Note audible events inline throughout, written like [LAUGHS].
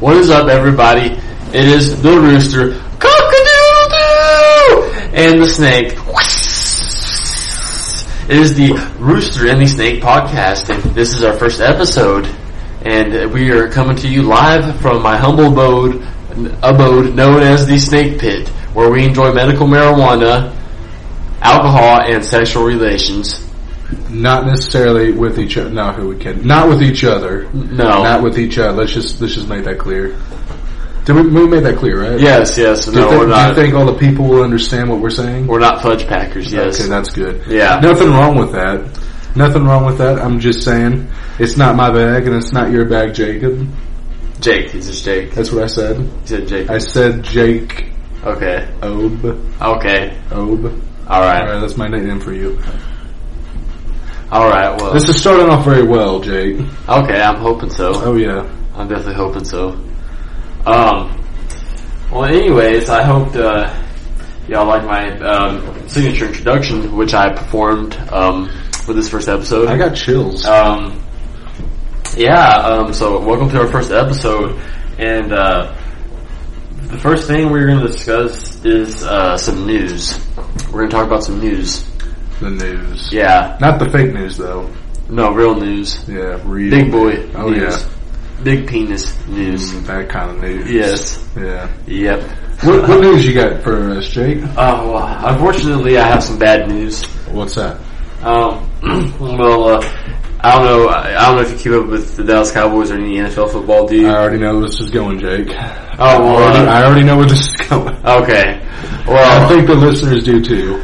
What is up, everybody? It is the rooster, cock-a-doodle-doo, and the snake. It is the Rooster and the Snake podcast, and this is our first episode. And we are coming to you live from my humble abode, abode known as the Snake Pit, where we enjoy medical marijuana, alcohol, and sexual relations. Not necessarily with each other. No, who we can? Not with each other. No. Not with each other. Let's just let's just make that clear. Did we, we made that clear, right? Yes, yes, Do you, no, think, we're do you not. think all the people will understand what we're saying? we're not fudge packers, yes. Okay, that's good. Yeah. Nothing wrong with that. Nothing wrong with that. I'm just saying it's not my bag and it's not your bag, Jacob. Jake, is this Jake? That's what I said. Is it Jake? I said Jake Okay. Obe. Okay. Obe. All Alright. right, that's my nickname for you. Alright, well. This is starting off very well, Jake. Okay, I'm hoping so. Oh yeah. I'm definitely hoping so. Um, well, anyways, I hoped uh, y'all like my um, signature introduction, which I performed um, with this first episode. I got chills. Um, yeah, um, so welcome to our first episode. And uh, the first thing we're going to discuss is uh, some news. We're going to talk about some news. the news. Yeah, Not the fake news though. no, real news. Yeah, real Big boy Oh news. Big penis news. yeah, that kind of news. Yes. Yeah. Yep. What, what news you got for us, Jake? Oh, well, unfortunately, I have some bad news. What's that? Um, [CLEARS THROAT] well, uh, I don't know. I I don't know if you keep up with the Dallas Cowboys or any NFL football, do you? I already know where this is going, Jake. I oh, already, well, Uh, I already know where this is going. uh, okay. I Well, think the listeners do too.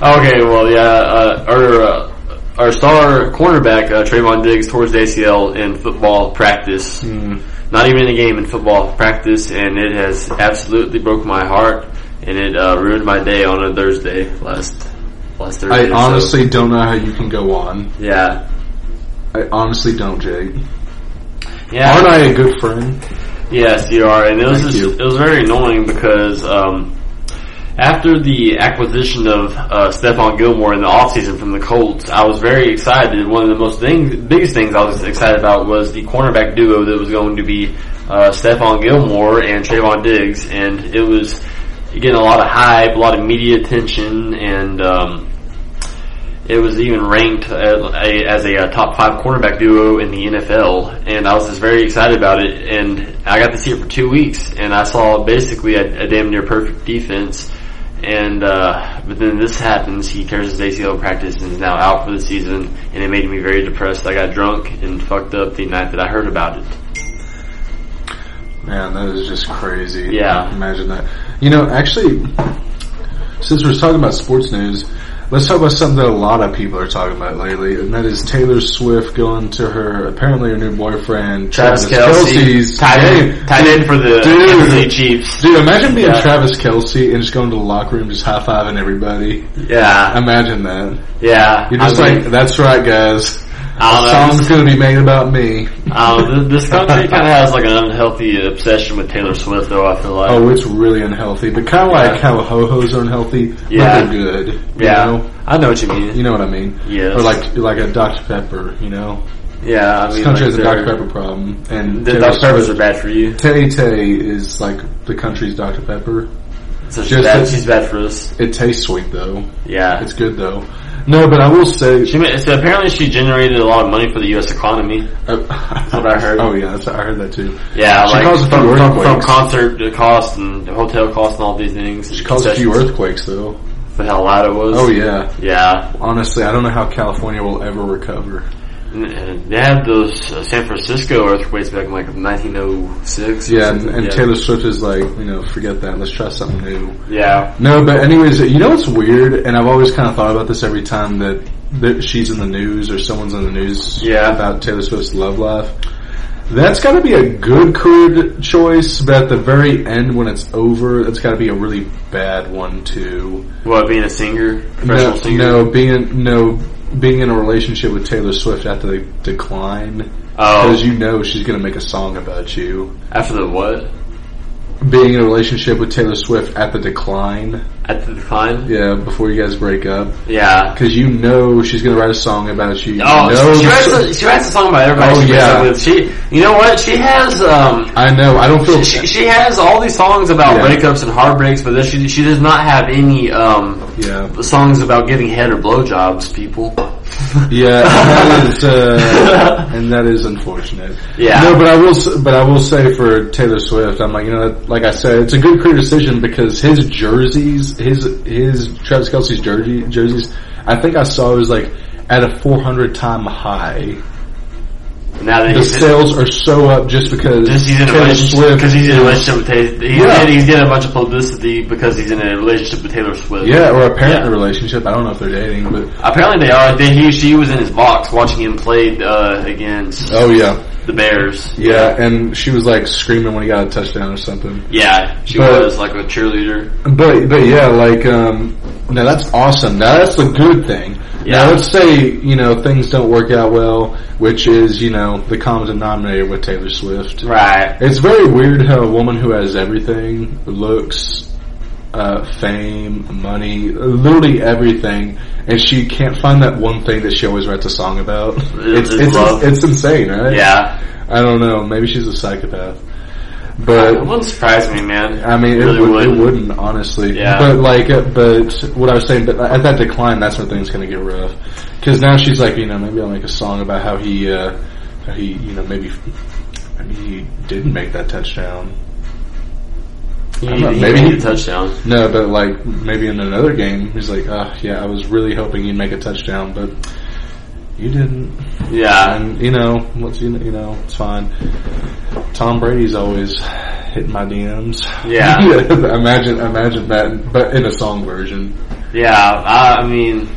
okay. Well, yeah. Uh, our uh, our star cornerback uh, Trayvon Diggs towards the ACL in football practice. Mm. Not even in a game in football practice, and it has absolutely broke my heart, and it uh, ruined my day on a Thursday last last Thursday. I so- honestly don't know how you can go on. yeah, I honestly don't, Jake. yeah. Aren't I a good friend? Yes, you are, and it was Thank just, you. it was very annoying because um, after the acquisition of uh, Stephon Gilmore in the offseason from the Colts, I was very excited. One of the most things, biggest things I was excited about was the cornerback duo that was going to be uh, Stephon Gilmore and Trayvon Diggs, and it was getting a lot of hype, a lot of media attention, and um, it was even ranked as a, as a uh, top five cornerback duo in the NFL, and I was just very excited about it. And I got to see it for two weeks, and I saw basically a, a damn near perfect defense. And uh, but then this happens. He tears his ACL in practice and is now out for the season. And it made me very depressed. I got drunk and fucked up the night that I heard about it. Man, that is just crazy. Yeah. Imagine that. You know, actually, since we're talking about sports news, let's talk about something that a lot of people are talking about lately, and that is Taylor Swift going to her, apparently her new boyfriend, Travis, Kelsey's tied in, game. tied in for the Dude. Kansas City Chiefs. Dude, imagine being Yeah. Travis Kelsey and just going to the locker room, just high-fiving everybody. Yeah, Imagine that. yeah. You're I just mean, like, that's right, guys. I don't know, The song's going to be made about me. Um, [LAUGHS] this country kind of has like an unhealthy obsession with Taylor Swift, though. I feel like, Oh, it's really unhealthy, but kind of Yeah. like how ho-hos are unhealthy, Yeah. but they're good. you yeah, know? I know what you mean. You know what I mean? Yes. Or like like a Dr Pepper, you know. yeah, I mean, This country like, has a Dr they're- Pepper problem, and The Taylor Dr. Peppers are Swift- bad for you. Tay Tay is like the country's Dr Pepper. So she's Just bad. that- She's bad for us. It tastes sweet though. Yeah. It's good though. No, but I will say. She ma- so apparently she generated a lot of money for the U.S. economy. Uh, what I heard. [LAUGHS] Oh yeah, that's, I heard that too. Yeah, She like caused a few from, from, from earthquakes. concert uh, cost and hotel cost and all these things. She caused a few earthquakes though. The hell out it was. Oh yeah. Yeah. Honestly, I don't know how California will ever recover. N- uh, They had those uh, San Francisco earthquakes back in like 1906. or Yeah, and, something. and Taylor Swift is like, you know, forget that. Let's try something new. Yeah. No, but anyways, you know what's weird, and I've always kind of thought about this every time that, that she's in the news or someone's in the news Yeah. about Taylor Swift's love life. That's got to be a good career choice, but at the very end, when it's over, that's got to be a really bad one too. What, being a singer? Professional No, singer? no, being no being in a relationship with Taylor Swift after they decline Oh, because you know she's gonna make a song about you. after the what? being in a relationship with Taylor Swift at the decline. At the decline? Yeah, before you guys break up, Yeah. because you know she's gonna write a song about you. You Oh, know she, the writes so- a, she writes a song about everybody Oh, she breaks yeah. up with. She, you know what? She has, um, I know. I don't feel. [LAUGHS] she, she has all these songs about Yeah. breakups and heartbreaks, but then she, she does not have any, um, [LAUGHS] yeah, songs about getting head or blowjobs, people. yeah. and that [LAUGHS] is, uh, and that is unfortunate. Yeah. No, but I will. s- But I will say for Taylor Swift, I'm like you know, like I said, it's a good career decision because his jerseys, his his Travis Kelsey's jersey jerseys, I think I saw it was like at a 400 time high. Now that The he's, sales are so up just because just he's in a Taylor relationship Swift. because he's in a relationship with Taylor. He's, Yeah. getting- he's getting a bunch of publicity because he's in a relationship with Taylor Swift. Yeah, or a parent Yeah. relationship. I don't know if they're dating, but Apparently they are. They, he she was in his box watching him play uh, against oh yeah, the Bears. yeah. And she was like screaming when he got a touchdown or something. Yeah, she But- was like a cheerleader. But but yeah, like um, now that's awesome. Now that's the good thing. Yeah. Now let's say you know things don't work out well, which is you know the common denominator with Taylor Swift. Right. It's very weird how a woman who has everything looks. Uh, fame, money, literally everything, and she can't find that one thing that she always writes a song about. It's is it's, love. it's insane, right? Yeah. I don't know. Maybe she's a psychopath, It but wouldn't surprise me, man. I mean, it, Really would, would. it wouldn't, honestly. Yeah. But like, uh, but what I was saying, but uh, at that decline, that's when things gonna get rough. Because now she's like, you know, maybe I'll make a song about how he, uh, how he, you know, maybe, maybe he didn't make that touchdown. He, don't know, he maybe- made a touchdown. No, but like maybe in another game, he's like, ah, yeah, I was really hoping you'd make a touchdown, but you didn't. Yeah. And you know, let's you know, you know, it's fine. Tom Brady's always hitting my DMs. [LAUGHS] Yeah. imagine, imagine that, but in a song version. Yeah. I, I mean.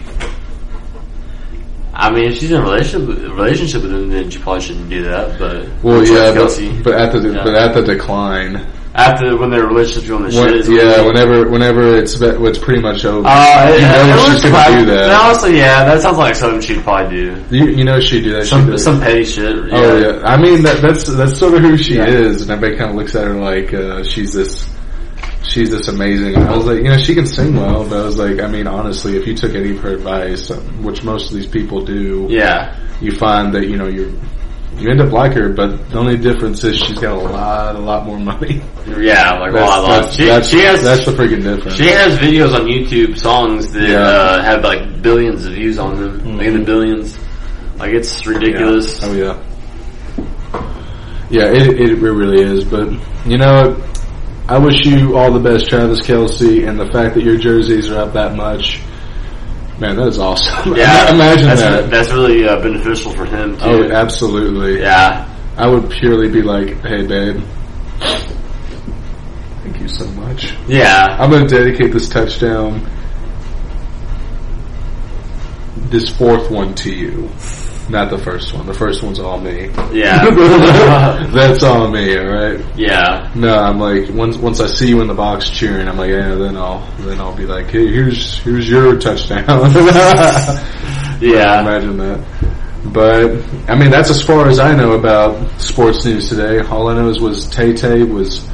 I mean, if she's in a relationship relationship with him, then she probably shouldn't do that. But Well, Travis yeah, Kelsey. but, but at the Yeah. but at the decline, after when their relationship's going to shit, When- is when yeah, they- whenever whenever it's be- it's pretty much over. Uh, You it- it know she's was gonna probably- do that. and Honestly, yeah, that sounds like something she'd probably do. you, you know she do that. she do Some that. some petty shit. Yeah. Oh yeah, I mean that, that's that's sort of who she Yeah. is, and everybody kind of looks at her like uh, she's this, she's this amazing. I was like, you know, she can sing well, but I was like, I mean, honestly, if you took any of her advice, um, which most of these people do, Yeah. you find that you know you're you end up like her, but the only difference is she's got a lot, a lot more money. Yeah, like well, I love. that's, She, that's, she has that's the freaking difference. she has videos on YouTube songs that Yeah. Hmm. uh, have like billions of views on them, like in the billions. Like it's ridiculous. Oh yeah. Yeah, it, it it really is. But you know, what? I wish you all the best, Travis Kelsey, and the fact that your jerseys are up that much. Man, that is awesome. Yeah, [LAUGHS] imagine that's, that. That's really uh, beneficial for him too. oh, absolutely. yeah. I would purely be like, "Hey, babe, thank you so much. Yeah. I'm [LAUGHS] going to dedicate this touchdown, this fourth one to you, not the first one. The first one's all me. [LAUGHS] Yeah. That's all me, alright? yeah. No, I'm like once once I see you in the box cheering, I'm like, yeah, then I'll then I'll be like, hey, here's here's your touchdown. [LAUGHS] Yeah. Imagine that. But I mean, that's as far as I know about sports news today. All I know is was Tay Tay was,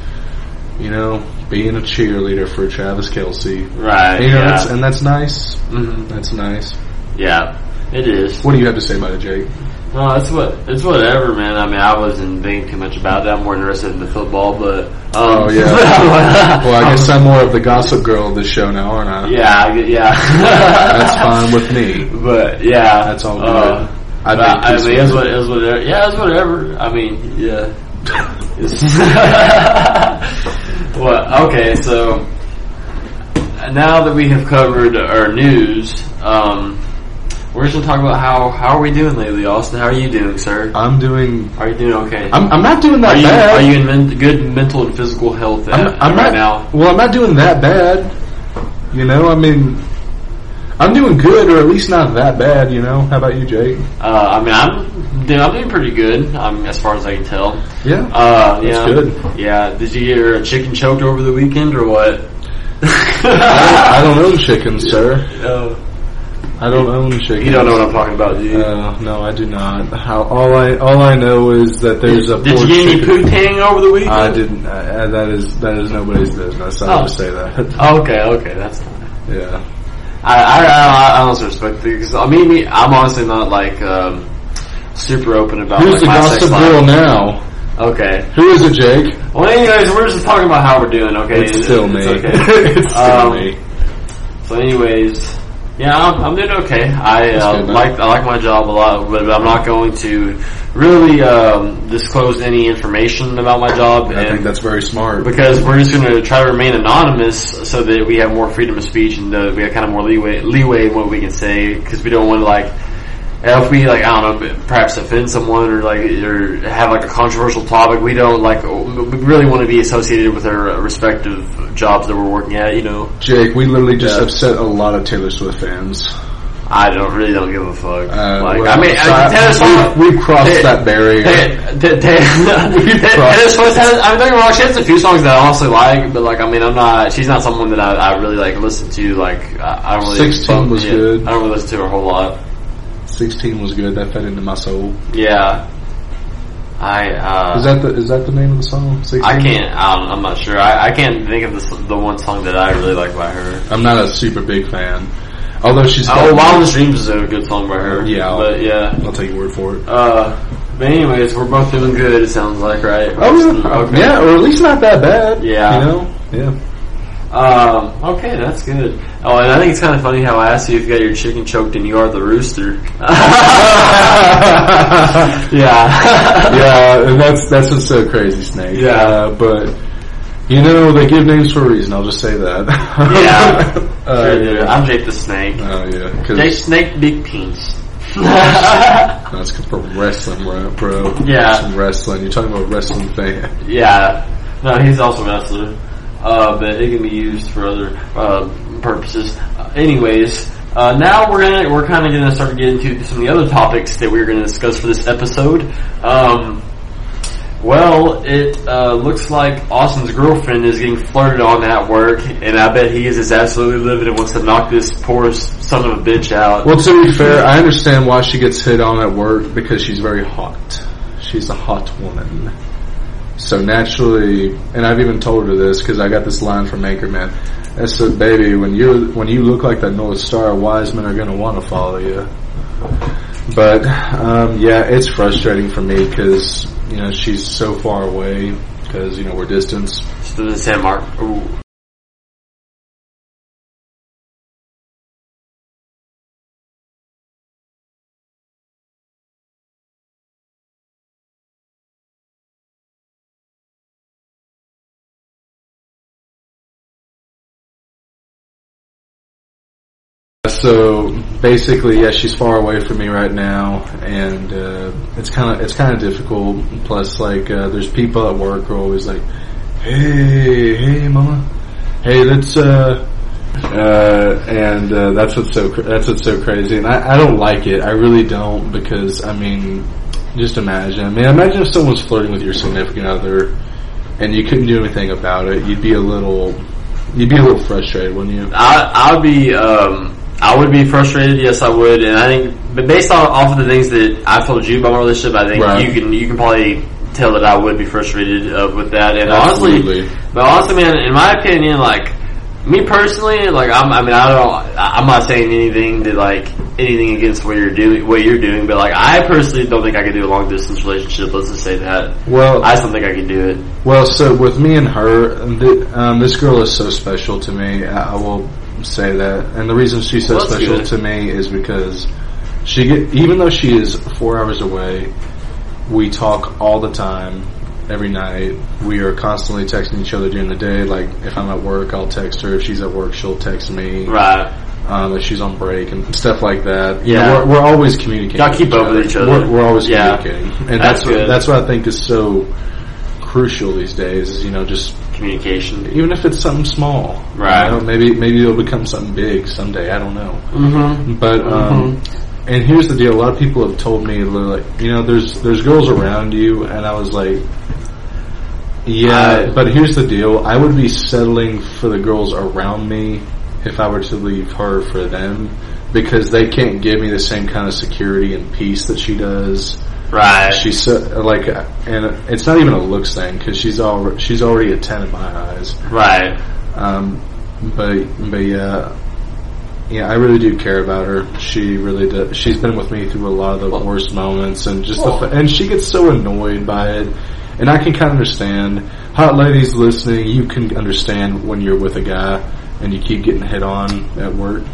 you know, being a cheerleader for Travis Kelsey. You Right. know, uh, yeah. that's, and that's nice. Mhm. That's nice. yeah. It is. What do you have to say about it, Jake? No, it's what it's whatever, man. I mean, I wasn't thinking too much about that. I'm more interested in the football, but um, Oh, [LAUGHS] yeah. [LAUGHS] Well, I [LAUGHS] guess I'm more of the gossip girl of the show now, aren't I? yeah, I gue- yeah. [LAUGHS] That's fine with me. [LAUGHS] But yeah, That's all good. Uh, I but I, think mean, this it's one- what it's whatever. Yeah, it's whatever. I mean, yeah. [LAUGHS] It's- [LAUGHS] well, okay, so now that we have covered our news, um, we're just gonna talk about how how are we doing lately, Austin? How are you doing, sir? I'm doing. Are you doing okay? I'm, I'm not doing that Are you, bad. are you in men- good mental and physical health I'm, at, I'm right not, now? Well, I'm not doing that bad. You know, I mean, I'm doing good, or at least not that bad. You know, how about you, Jake? Uh, I mean, I'm dude, I'm doing pretty good. Um, as far as I can tell. Yeah. Uh, yeah, good. Yeah. Did you get your chicken choked over the [LAUGHS] weekend or what? I don't, I don't own chickens, sir. Uh, I I don't own Shake. You don't know what I'm talking about, do you? Uh, no, I do not. How all I all I know is that there's a. Did you pork get any chicken- Uh, poo-tang over the weekend? I didn't. I, I- that is that is nobody's business. I'll Oh. just say that. Okay, okay, that's fine. yeah. I, I, I, I honestly respect it, because I mean, me, I'm honestly not like, um, super open about Who's like, the my sex gossip life. girl now? Okay. Who is it, Jake? Well, anyways, we're just talking about how we're doing, okay? It's It- still me. It's okay. [LAUGHS] it's still Um, me. So, anyways, yeah, I'm, I'm doing okay. I That's uh, good, man. like I like my job a lot, but I'm not going to really um, disclose any information about my job, I think and that's very smart. because we're just going to try to remain anonymous so that we have more freedom of speech and uh, we have kind of more leeway leeway in what we can say because we don't want to like. If we like, I don't know, perhaps offend someone or like, or have like a controversial topic, we don't like. We really want to be associated with our respective jobs that we're working at. You know, Jake, we literally just Yeah. upset a lot of Taylor Swift fans. I don't really don't give a fuck. Uh, like, we're- I mean, I- I, Taylor Swift. we, we crossed Hey, that barrier. Hey, t- t- Taylor Swift has, I mean, don't get me wrong, she has a few songs that I honestly like, but like, I mean, I'm not, she's not someone that I, I really like listen to, like, I, I don't really. 16 fuck- was yeah, good. I don't really listen to her a whole lot. 16 was good. That fed into my soul. Yeah. I, uh. Is that the is that the name of the song? 16? I can't, I don't, I'm not sure. I, I can't think of the, s- the one song that I really like by her. I'm not a super big fan. Although she's Oh, Wildest Dreams is a good song by her. Yeah. But yeah. I'll take your word for it. Uh, but anyways, we're both doing good, it sounds like, right? Oh yeah, Okay. yeah, or at least not that bad. Yeah. you know, yeah. Um, okay, that's good. Oh, and I think it's kind of funny how I asked you if you got your chicken choked and you are the rooster. [LAUGHS] yeah. yeah, and that's that's what's so crazy, Snake. Yeah. Uh, but you know they give names for a reason. I'll just say that. Yeah. [LAUGHS] uh, Sure, dude. yeah. I'm Jake the Snake. Oh yeah, Jake because Snake Big Penis. [LAUGHS] yeah. that's from wrestling, bro. bro. Yeah. Some wrestling. You're talking about wrestling fan. No, he's also a wrestler. Uh, but it can be used for other, uh, purposes. Uh, anyways, uh, now we're gonna, we're kinda gonna start getting to some of the other topics that we are gonna discuss for this episode. Um, Well, it uh, looks like Austin's girlfriend is getting flirted on at work, and I bet he is just absolutely livid and wants to knock this poor s- son of a bitch out. Well, to be fair, I understand why she gets hit on at work because she's very hot. She's a hot woman. So naturally, and I've even told her this because I got this line from Anchorman. I said, "Baby, when you when you look like that North Star, wise men are going to want to follow you." But um, yeah, it's frustrating for me because you know she's so far away because you know we're distance. Just doesn't say Mark. Ooh. So basically, yeah, she's far away from me right now, and uh, it's kind of it's kind of difficult. Plus, like, uh, there's people at work who are always like, "Hey, hey, mama, hey, let's," uh, uh, and uh, that's what's so cr- that's what's so crazy, and I, I don't like it. I really don't because I mean, just imagine. I mean, imagine if someone's flirting with your significant other, and you couldn't do anything about it. You'd be a little, you'd be a little frustrated, wouldn't you? I I would be um I would be frustrated. Yes, I would, and I think, but based on off of the things that I've told you about my relationship, I think Right. you can you can probably tell that I would be frustrated uh, with that. And Absolutely. honestly, but honestly, man, in my opinion, like me personally, like I'm, I mean, I don't, I- I'm not saying anything that like anything against what you're doing, what you're doing, but like I personally don't think I could do a long distance relationship. Let's just say that Well, I just don't think I could do it. Well, so with me and her, th- um, this girl is so special to me. I, I will say that, and the reason she's so Well, that's special good. to me is because she, get, even though she is four hours away, we talk all the time, every night. We are constantly texting each other during the day. Like if I'm at work, I'll text her. If she's at work, she'll text me. Right? Um, if she's on break and stuff like that. Yeah. we're, we're always communicating. Gotta keep with up with each other. We're, we're always Yeah. communicating, and That's that's what, good. that's what I think is so crucial these days. Is you know just Communication. even if it's something small, you Right. know, maybe maybe it'll become something big someday. I don't know. Mm-hmm. But um, and here's the deal: a lot of people have told me like, you know, there's there's girls around you, and I was like, yeah. I- but here's the deal: I would be settling for the girls around me if I were to leave her for them. because they can't give me the same kind of security and peace that she does. Right. She's so, like, and it's not even a looks thing because she's all she's already a ten in my eyes. right. Um, but but yeah, yeah, I really do care about her. She really does. She's been with me through a lot of the worst moments, and just the, fa- and she gets so annoyed by it. And I can kind of understand. Hot ladies listening, you can understand when you're with a guy and you keep getting hit on at work.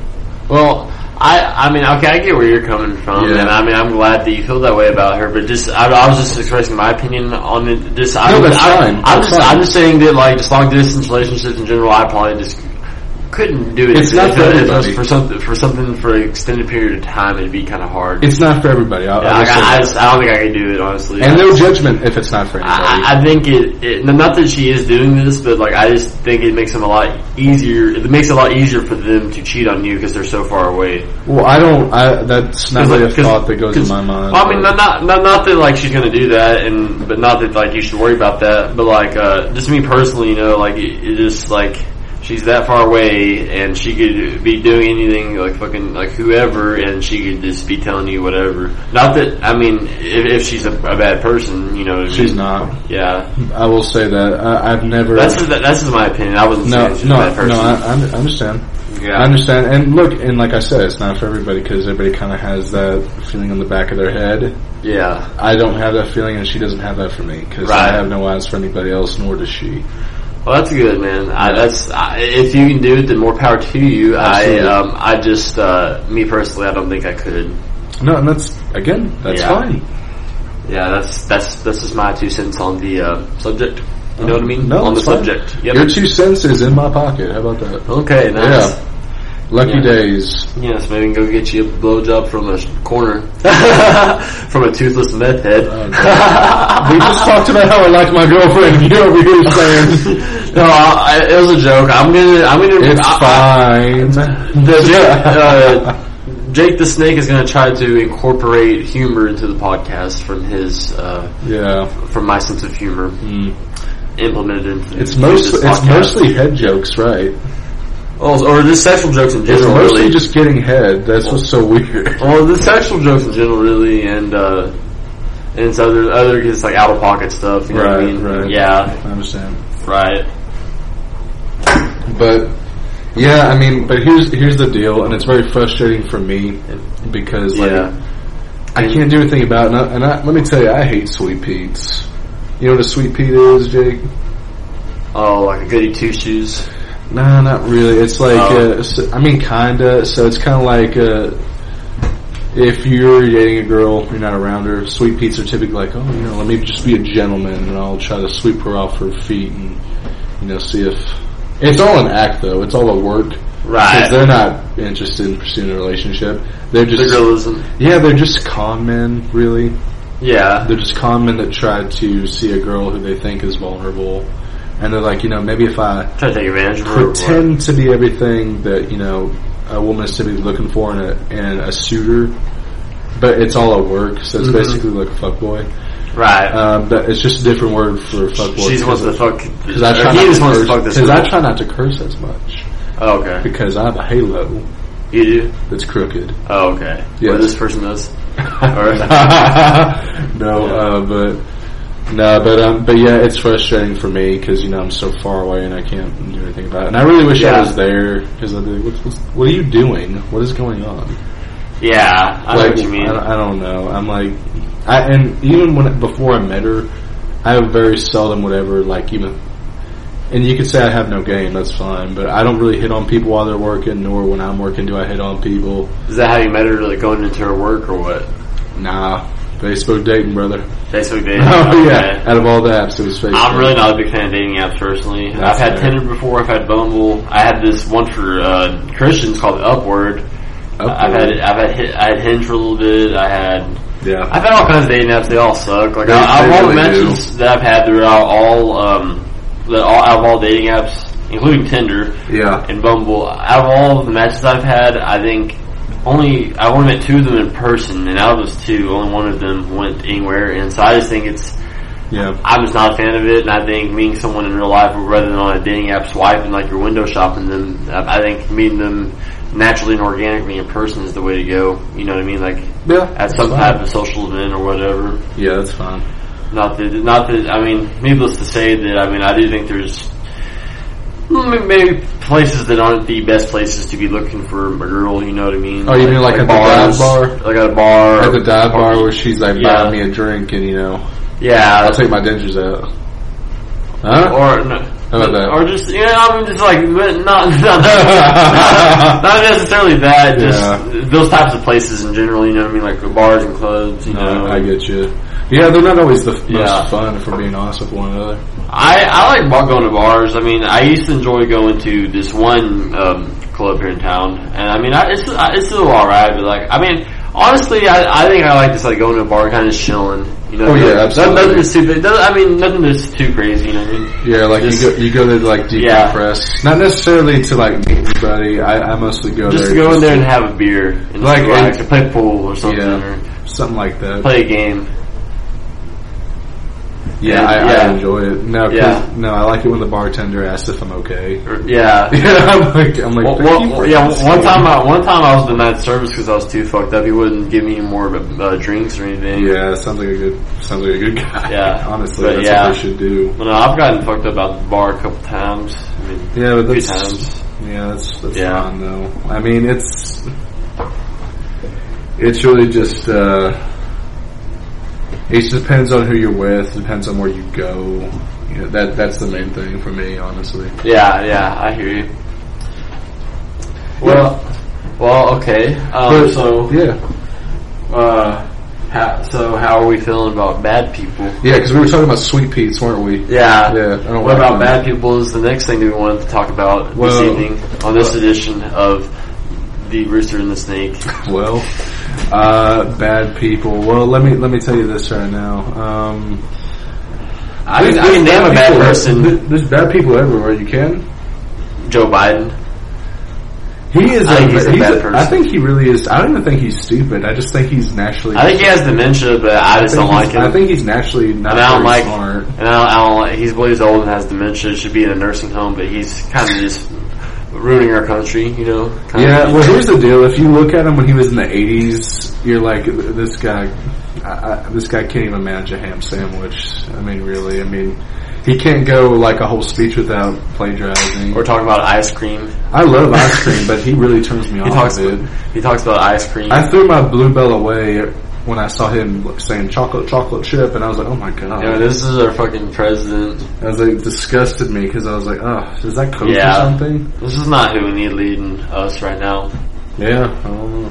Well, I I mean, okay, I get where you're coming from, Yeah. and I mean, I'm glad that you feel that way about her. But just, I, I was just expressing my opinion on it. Just, I, No, was- that's I, fine. I'm That's just, fine. I'm just saying that like just long distance relationships in general, I probably just couldn't do it. It's not If for it was everybody. for something for something for an extended period of time. It'd be kind of hard. It's not for everybody. I'll, Yeah, I'll like, just say I, I, that. just, I don't think I could do it honestly. and I- no judgment if it's not for anybody. I, I think it, it. Not that she is doing this, but like I just think it makes them a lot easier. It makes it a lot easier for them to cheat on you because they're so far away. well, I don't. I, that's not Cause, really a like, cause- thought that goes in cause- my mind. Well, I mean, but- not, not not not that like she's gonna do that, and but not that like you should worry about that. But like, uh, just me personally, you know, like it, it just like she's that far away, and she could be doing anything like fucking like whoever, and she could just be telling you whatever. Not that I mean, if, if she's a, a bad person, you know, what I she's mean? not. Yeah, I will say that I, I've never. that's just, that's just my opinion. I wasn't no, saying she's no, a bad person. no. I, I un- understand. I yeah, understand. And look, and like I said, it's not for everybody because everybody kind of has that feeling on the back of their head. yeah, I don't have that feeling, and she doesn't have that for me because Right. I have no eyes for anybody else, nor does she. Well, that's good, man. I, that's I, if you can do it, then more power to you. I, Absolutely. um, I just, uh, me personally, I don't think I could. No, and that's again, that's Yeah. fine. Yeah, that's that's that's just my two cents on the uh, subject. You know what I mean? No, on the it's fine. subject. Yep. Your two cents is in my pocket. How about that? okay, nice. Yeah. Lucky Yeah. days. [LAUGHS] Yes, maybe we can go get you a blowjob from a sh- corner, [LAUGHS] from a toothless meth head. Uh, We just talked about how I like my girlfriend. [LAUGHS] and You're over [LAUGHS] here saying no, I, I- it was a joke. I'm gonna, I'm gonna. it's I- I- fine. [LAUGHS] The Jake, uh, Jake the Snake is going to try to incorporate humor into the podcast from his uh, yeah. from my sense of humor Mm. implemented into It's into mostly this it's podcast. mostly head jokes, right? Oh, or just sexual jokes in It's general. mostly really. just getting head. That's what's so weird. well, the sexual jokes in general, really, and uh, and it's other other just like out of pocket stuff. You know what I Right, mean? right. Yeah, I understand, right. but yeah, I mean, but here's here's the deal, and it's very frustrating for me because like Yeah, I can't do anything about it. And, I, and I, let me tell you, I hate sweet peats. You know what a sweet peat is, Jake? oh, like a goody two shoes. Nah, not really. It's like Oh. uh, s- I mean, kinda. So it's kind of like uh, if you're dating a girl, you're not around her. Sweet peats are typically like, oh, you know, let me just be a gentleman and I'll try to sweep her off her feet and you know see if it's all an act though. It's all a work. 'Cause Right, they're not interested in pursuing a relationship. They're the just girl isn't. yeah, they're just con men, really. Yeah, They're just con men that try to see a girl who they think is vulnerable, and they're like, you know, maybe if I trying to take advantage of her. or what? pretend to be everything that you know a woman is typically looking for in a in a suitor, but it's all at work, so it's Mhm. basically like a fuckboy. Right. Um, but it's just a different word for fuckboy. She's wants to fuck. Because I try he not just to wants to curse. fuck this. 'cause I girl. try not to curse as much Oh, okay. because I have a halo You do? that's crooked. Oh, okay. Yes. Well, this person does. [LAUGHS] no, uh, but no, but um, but yeah, it's frustrating for me because you know I'm so far away and I can't do anything about it. And I really wish I Yeah. was there because I'd be like, what's, what's, "What are you doing? What is going on?" Yeah, I know like, what you mean. I, I don't know. I'm like, I and even when before I met her, I very seldom would ever like even. And you could say I have no game. That's fine, but I don't really hit on people while they're working, nor when I'm working do I hit on people. Is that how you met her, like going into her work or what? Nah, Facebook dating, brother. Facebook dating. [LAUGHS] Oh Okay. yeah, out of all the apps, it was Facebook. I'm really not a big fan of dating apps personally. That's I've had fair. Tinder before. I've had Bumble. I had this one for uh, Christians called Upward. I've had I've had Hi- I had Hinge for a little bit. I had yeah. I've had all kinds of dating apps. They all suck. Like They- I, I've they all the really do. mentions that I've had throughout all um, that all out of all dating apps, including Tinder, yeah, and Bumble. Out of all of the matches I've had, I think only I only met two of them in person, and out of those two, only one of them went anywhere. And so I just think it's yeah, I'm just not a fan of it, and I think meeting someone in real life rather than on a dating app swiping like you're window shopping them, I I think meeting them naturally and organically in person is the way to go. You know what I mean? Like Yeah. at some type of social event or whatever. Yeah, that's fine. Not that, not that. I mean, needless to say that I mean I do think there's m- maybe places that aren't the best places to be looking for a girl. You know what I mean? Oh, you mean like at the dive bar? Like at a bar, At the dive bar where she's like Yeah. buying me a drink and you know Yeah, I'll take my dentures out. Huh? or no, about that? or just yeah, I mean, just like not not, not, [LAUGHS] [LAUGHS] not necessarily that. Just Yeah. those types of places in general. You know what I mean? Like bars and clubs. You know, I get you. Yeah, they're not always the f- Yeah. most fun for being honest with one another. I, I like bar- going to bars. I mean, I used to enjoy going to this one um, club here in town, and I mean, I, it's I- it's still all right. But like, I mean, honestly, I, I think I like just like going to a bar, kind of chilling. You know, Oh, yeah, Like, absolutely. Nothing that's too big. Nothing, I mean, nothing that's too crazy. You know what I mean? Yeah, like Just- you go you go there to like Yeah. decompress. Not necessarily to like meet anybody. I, I mostly go Just there to go in there and have a beer and just Like, relax, and- or play pool or something, Yeah. or something like that. play a game. yeah, I, yeah. I enjoy it. No, 'cause- Yeah. no, I like it when the bartender asks if I'm okay. Or, yeah. Yeah, I'm [LAUGHS] like, I'm like, Well, thank you well, for yeah, asking. one time I one time I was denied service because I was too fucked up. He wouldn't give me any more uh, drinks or anything. Yeah, sounds like a good, sounds like a good guy. Yeah. [LAUGHS] honestly, But that's yeah. what they should do. Well, no, uh, I've gotten fucked up out the bar a couple times. I mean, Yeah, but a few that's times. yeah, that's that's Yeah. fine though. I mean, it's it's really just uh, it just depends on who you're with, depends on where you go. You know, that that's the main thing for me, honestly. Yeah, yeah, I hear you. Well, well, okay. Um, But- so, yeah, uh, how, so how are we feeling about bad people? yeah, because we were talking about sweet peats, weren't we? Yeah. Yeah, I don't What like about them. bad people is the next thing that we wanted to talk about Well- this evening on this edition of the Rooster and the Snake. Well, uh, bad people. Well, let me let me tell you this right now. Um, I mean, I mean, damn a bad people- person, th- There's bad people everywhere. You can. Joe Biden. He is. I think he's a he's bad a- person. I think he really is. I don't even think he's stupid. I just think he's naturally. I think he has dementia, but I just I don't think like he's- him. I think he's naturally not And I don't very like- smart. And I don't, I don't like, he's well, he's old and has dementia. Should be in a nursing home, but he's kind of just ruining our country, you know. Kind Yeah. Of, Well, here's the deal. If you look at him when he was in the '80s, you're like, this guy. I, I, this guy can't even manage a ham sandwich. I mean, really. I mean, he can't go like a whole speech without plagiarizing. we're talking about ice cream. I love ice cream, but he really turns me He off. talks. dude. He talks about ice cream. I threw my bluebell away when I saw him saying chocolate, chocolate chip, and I was like, oh my god. You know, this is our fucking president. I was like, disgusted me because I was like, oh, is that coke Yeah. or something? This is not who we need leading us right now. Yeah, I don't know.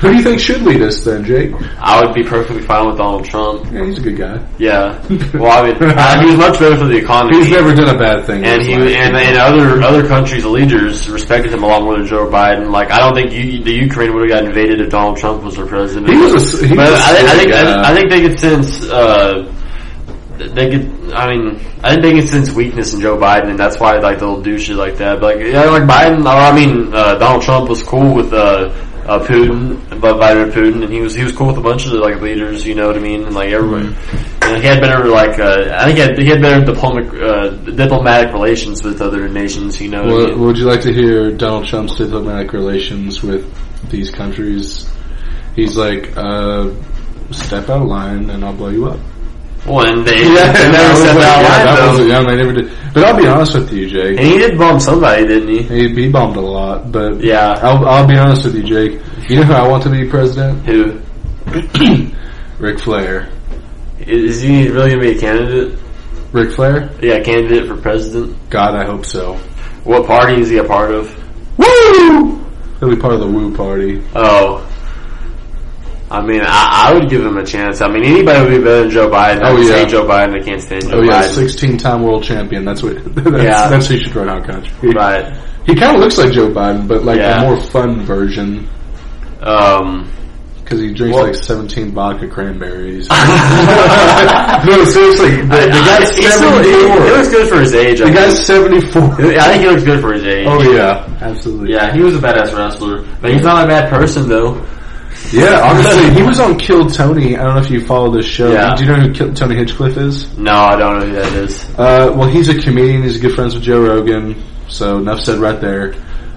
Who do you think should lead us then, Jake? I would be perfectly fine with Donald Trump. Yeah, he's a good guy. Yeah. Well, I [LAUGHS] mean, uh, he's much better for the economy. He's never done a bad thing. in and his he life. and, and uh, other other countries' leaders respected him a lot more than Joe Biden. Like I don't think you, the Ukraine would have got invaded if Donald Trump was their president. He was a- he but was a I, thi- I think silly guy. I, think they could sense uh, they could. I mean, I think they could sense weakness in Joe Biden, and that's why like they'll do shit like that. But, like yeah, like Biden. Or, I mean, uh, Donald Trump was cool with. Uh, uh, Putin, but Vladimir Putin, and he was he was cool with a bunch of like leaders, you know what I mean, and like Mm-hmm. everyone. And he had better like uh, I think he had, he had better diplomatic uh, diplomatic relations with other nations, you know. what I Would- mean? would you like to hear Donald Trump's diplomatic relations with these countries? He's like, uh, step out of line and I'll blow you up. Well, and [LAUGHS] they, Yeah, they never that said was- that yeah, out that loud, was- though. yeah, they never did. But I'll be honest with you, Jake. And he did bomb somebody, didn't he? He, he bombed a lot, but Yeah. I'll, I'll be honest with you, Jake. You know who I want to be president? Who Ric Flair. is, is he really gonna be a candidate? Ric Flair? Yeah, candidate for president. God, I hope so. What party is he a part of? Woo! He'll be part of the Woo Party. Oh. I mean, I, I would give him a chance. I mean, anybody would be better than Joe Biden. I Oh, would yeah. say Joe Biden. I can't stand Joe Oh yeah, Biden. sixteen-time world champion. That's what. [LAUGHS] That's, Yeah. that's who should run our country. Right. He kind of looks like Joe Biden, but like Yeah. a more fun version Um, because he drinks Well- like seventeen [LAUGHS] vodka cranberries. [LAUGHS] no, seriously, the, the I- guy's he's still- he, he seventy-four. looks good for his age. I The think. guy's seventy-four. I think he looks good for his age. Oh yeah, absolutely. Yeah, he was a badass wrestler, but he's not a bad person though. Yeah, honestly, he was on Kill Tony. I don't know if you follow this show. Yeah. Do you know who Kill- Tony Hitchcliffe is? No, I don't know who that is. Uh, well, he's a comedian. He's good friends with Joe Rogan. So enough said right there.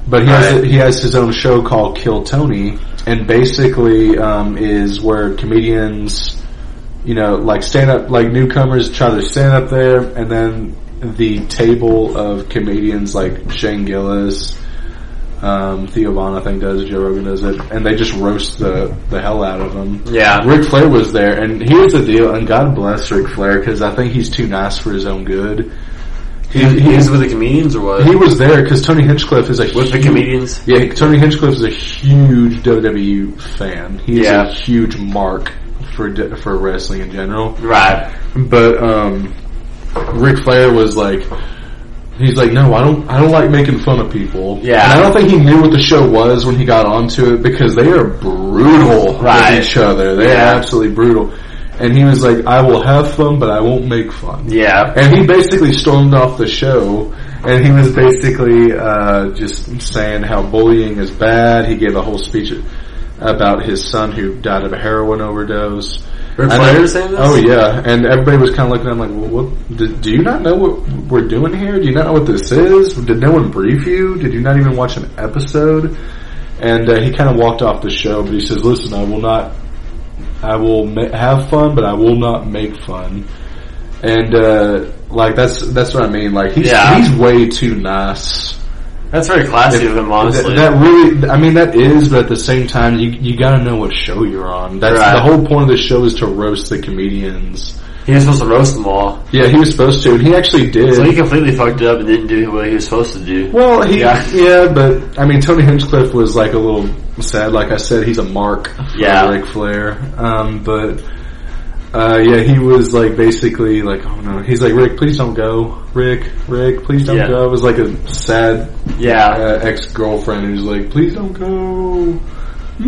But he has Right. he has his own show called Kill Tony, and basically um, is where comedians, you know, like stand up like newcomers try to stand up there, and then the table of comedians like Shane Gillis, um, Theo Von I think does it, Joe Rogan does it, and they just roast the the hell out of them. Yeah. Ric Flair was there, and here's the deal, and God bless Ric Flair because I think he's too nice for his own good. He, He, he, was with the comedians or what? he was there because Tony Hinchcliffe is a with the huge- comedians? Yeah, Tony Hinchcliffe is a huge WWE fan. He's Yeah. a huge mark for d- for wrestling in general. Right. But um, Ric Flair was like, he's like, no, I don't, I don't like making fun of people. Yeah. and I don't think he knew what the show was when he got onto it because they are brutal Right. with each other. They Yeah. are absolutely brutal. And he was like, I will have fun, but I won't make fun. Yeah. And he basically stormed off the show, and he was basically uh, just saying how bullying is bad. He gave a whole speech about his son who died of a heroin overdose. Ric I Flair know- saying this? Oh yeah, and everybody was kind of looking at him like, well, "What? Do, do you not know what we're doing here? Do you not know what this is? Did no one brief you? Did you not even watch an episode?" And uh, he kind of walked off the show, but he says, "Listen, I will not. I will ma- have fun, but I will not make fun." And uh, like that's that's what I mean. Like he's Yeah. he's way too nice. That's very classy of him, honestly. That, that really, I mean, that is, but at the same time, you you gotta know what show you're on. That's Right. the whole point of the show is to roast the comedians. he was supposed to roast them all. Yeah, he was supposed to, and he actually did. So he completely fucked up and didn't do what he was supposed to do. well, he Yeah. yeah. but I mean, Tony Hinchcliffe was like a little sad. Like I said, he's a mark for Yeah. Ric Flair. Um, but uh, yeah, he was like basically like, oh no, he's like Rick, please don't go, Rick, Rick, please don't Yeah. go. It was like a sad Yeah. uh, ex girlfriend who's like, please don't go.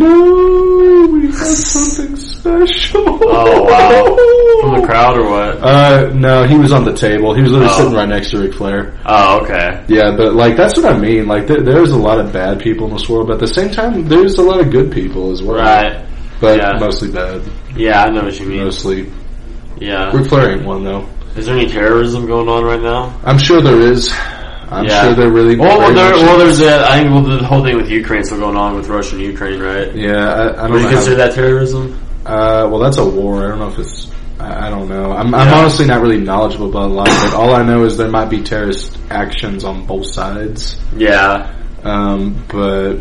No, we have something special. Oh, wow. From the crowd or what? [LAUGHS] Uh, no, he was on the table. He was literally Oh. sitting right next to Ric Flair. Oh, okay. Yeah, but like that's what I mean. Like there, there's a lot of bad people in this world, but at the same time, there's a lot of good people as well. Right. But yeah. mostly bad. Yeah, I know what you mean. Mostly. Yeah. Ric Flair ain't one though. Is there any terrorism going on right now? I'm sure there is. I'm Yeah. sure there really. Well, well, very there, much- well there's that. I think well, the whole thing with Ukraine still going on with Russia and Ukraine, right? yeah, I, I don't Would you know. how- consider that terrorism? Uh, well, that's a war. I don't know if it's. I, I don't know. I'm, I'm Yeah. honestly not really knowledgeable about a lot of it. All I know is there might be terrorist actions on both sides. Yeah. Um, but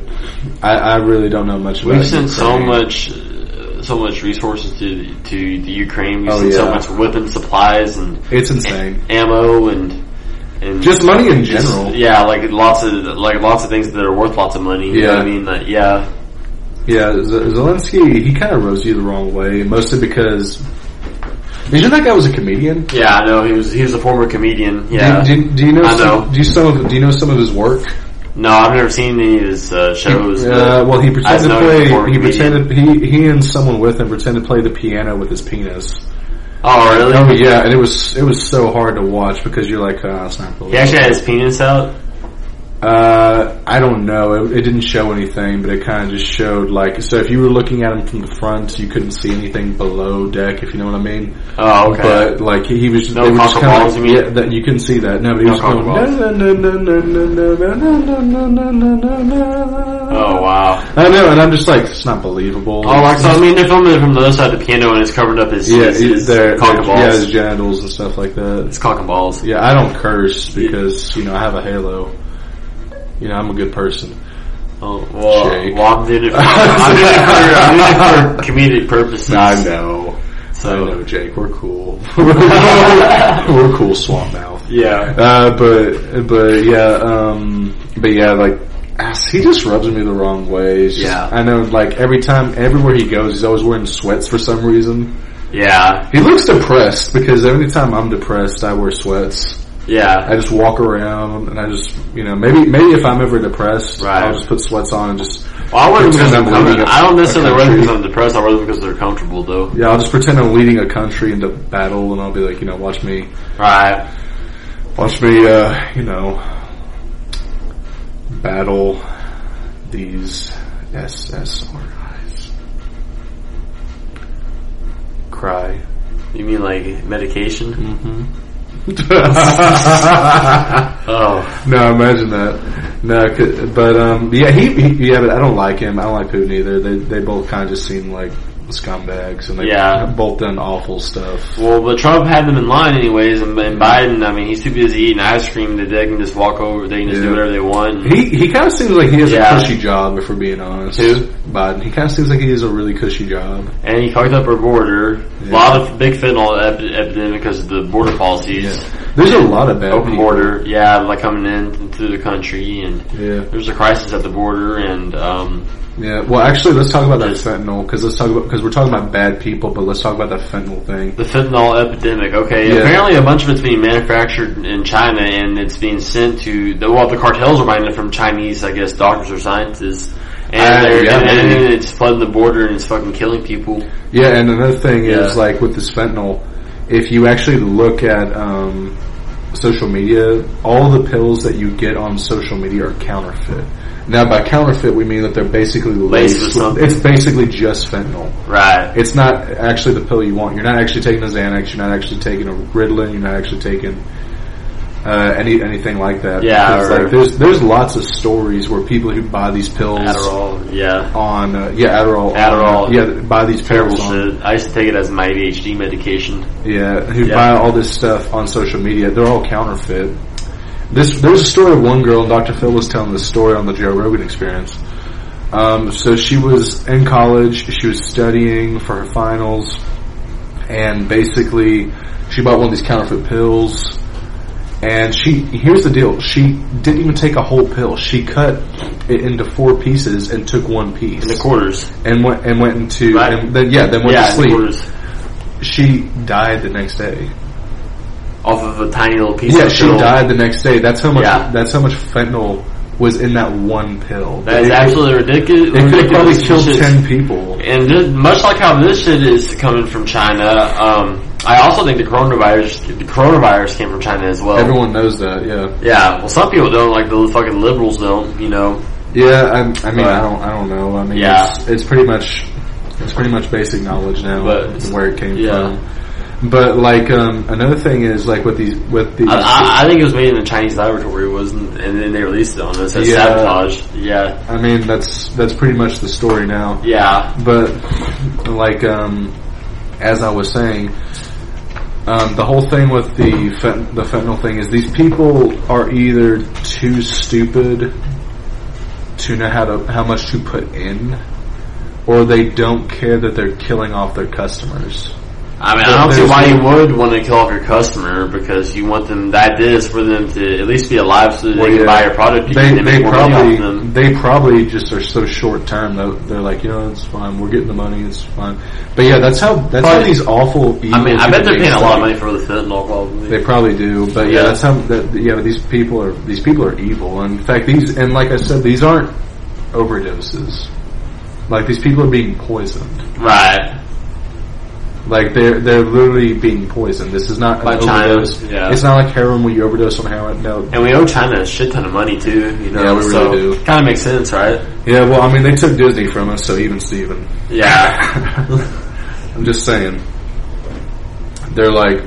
I, I really don't know much about We've sent so Ukraine. much, uh, so much resources to the, to the Ukraine. We've Oh, sent so yeah. much weapons, supplies, and It's insane. ammo, and and Just money in just- general. Yeah, like lots of like lots of things that are worth lots of money. You know Yeah. what I mean, like, yeah, Yeah, Z- Zelensky, he kind of rose you the wrong way, mostly because. Did you know that guy was a comedian? yeah. I know he was he was a former comedian. Do- Yeah. Do, you- do you know? I some, know. Do you some of? Do you know some of his work? no, I've never seen any of his uh, shows. Uh, well, he I've pretended to known him before, play. He comedian. pretended he he and someone with him pretended to play the piano with his penis. but- oh, really? Oh yeah, and it was it was so hard to watch because you're like, oh, it's not He believable. actually had his penis out. Uh, I don't know. It, it didn't show anything, but it kind of just showed like so. If you were looking at him from the front, you couldn't see anything below deck, if you know what I mean. Oh, okay. But like he, he was just, No they were just cock kinda balls, like, you mean? yeah, that you couldn't see that. No, but he No was cock going, no, no, no, no, no, no, no, no, no, no, no, no, no. oh, wow. I know, and I'm just like, it's not believable. Oh, like, so I mean, they're filming it from the other side of the piano and it's covered up his, yeah, his, [LAUGHS] his their, cock and yeah, balls. his genitals and stuff like that. His cock and balls. Yeah, I don't curse because you know I have a halo. You know I'm a good person. Oh, well, Jake. well, I'm doing it for, I'm doing it for, I'm doing it for comedic purposes. [LAUGHS] know. I know, so, Jake. [LAUGHS] We're cool. [LAUGHS] we're cool, swamp mouth. yeah. Uh, but but yeah, um, but yeah, like ass- he just rubs me the wrong way. It's just- Yeah. I know. Like every time, everywhere he goes, he's always wearing sweats for some reason. Yeah. He looks depressed because every time I'm depressed, I wear sweats. Yeah. I just walk around and I just, you know, maybe maybe if I'm ever depressed, Right. I'll just put sweats on and just Well, I wear them because I'm Pretend I'm comfortable. leaving I don't a- necessarily a wear them country. because I'm depressed. I wear them because they're comfortable, though. Yeah, I'll just pretend I'm leading a country into battle, and I'll be like, you know, watch me, Right. watch me, uh, you know, battle these SSRIs. Cry. You mean like medication? [LAUGHS] Mm-hmm. Oh. no, imagine that. No, 'cause- but um, yeah, he, he yeah, but I don't like him. I don't like Putin either. They they both kind of just seem like scumbags, and they Yeah. both done awful stuff. Well, but Trump had them in line anyways, and, and Biden, I mean, he's too busy eating ice cream that they can just walk over, they can just do Yeah. whatever they want. He he kind of seems like he has Yeah. a cushy job, if we're being honest. Who? Biden. He kind of seems like he has a really cushy job. and he fucked up our border. A Yeah. lot of big fentanyl ep- epidemic because of the border policies. There's a lot of bad Open people. border, yeah, like coming in into the country, and Yeah, there's a crisis at the border, and um, yeah. Well, actually, let's talk about that fentanyl because let's talk about because we're talking about bad people, but let's talk about that fentanyl thing. the fentanyl epidemic. Okay, Yeah. apparently a bunch of it's being manufactured in China, and it's being sent to the well, the cartels are buying it from Chinese, I guess, doctors or scientists, and, Uh, they're yeah, and, maybe. and it's flooding the border and it's fucking killing people. Yeah, and another thing is Yeah. like with this fentanyl, if you actually look at um, social media, all the pills that you get on social media are counterfeit. Now, by counterfeit, we mean that they're basically Laced with laced. something. it's basically just fentanyl. Right. it's not actually the pill you want. You're not actually taking a Xanax. You're not actually taking a Ritalin. You're not actually taking uh, any anything like that. Yeah, Because, or- like, there's there's lots of stories where people who buy these pills Adderall. Yeah. on uh, yeah Adderall Adderall. on, yeah buy these Terrible pills on, shit. I used to take it as my ADHD medication. yeah who Yeah. buy all this stuff on social media. They're all counterfeit. This there's a story of one girl. Dr. Phil was telling this story on the Joe Rogan Experience. Um, so she was in college. She was studying for her finals, and basically, she bought one of these counterfeit pills. And she, here's the deal: she didn't even take a whole pill. She cut it into four pieces and took one piece, In the quarters. and went and went into Right. and then yeah, then went yeah, to in the sleep. quarters. She died the next day. Off of a tiny little piece Yeah, of she pill. died the next day. That's how much. Yeah. That's how much fentanyl was in that one pill. That is It- absolutely ridiculous. It could have probably ridiculous killed shit. ten people. And this, much like how this shit is coming from China, um, I also think the coronavirus the coronavirus came from China as well. Everyone knows that. Yeah. Yeah, well, some people don't, like the fucking liberals don't, you know. Yeah. I, I mean, But- I don't. I don't know. I mean, Yeah. it's, it's pretty much. It's pretty much basic knowledge now. But- where it came yeah. from. But like um, another thing is like with these with these. I, I, I think it was made in a Chinese laboratory, it wasn't, and then they released it on us as Yeah. sabotage. Yeah, I mean, that's that's pretty much the story now. yeah. But like um, as I was saying, um, the whole thing with the fent- the fentanyl thing is these people are either too stupid to know how to how much to put in, or they don't care that they're killing off their customers. I mean, I don't see why you would want to kill off your customer because you want them. That is for them to at least be alive so that they Well, can yeah. buy your product. They and they make more money off probably them. they probably just are so short term that they're like you know it's fine we're getting the money it's fine. But yeah, that's how that's how Probably- these awful. I mean, evil I bet human they're paying beings a lot think. of money for the fentanyl. Probably. They probably do, but yeah, Yeah. that's how. That, yeah, but these people are these people are evil. And in fact, these and like I said, these aren't overdoses. Like these people are being poisoned. Right. Like they're they're literally being poisoned. This is not an By China, overdose. yeah. It's not like heroin where you overdose on heroin. No. And we owe China a shit ton of money too. You know, Yeah, we really so do. Kind of makes sense, right? Yeah. Well, I mean, they took Disney from us, so even Steven. [LAUGHS] Yeah. I'm just saying. They're like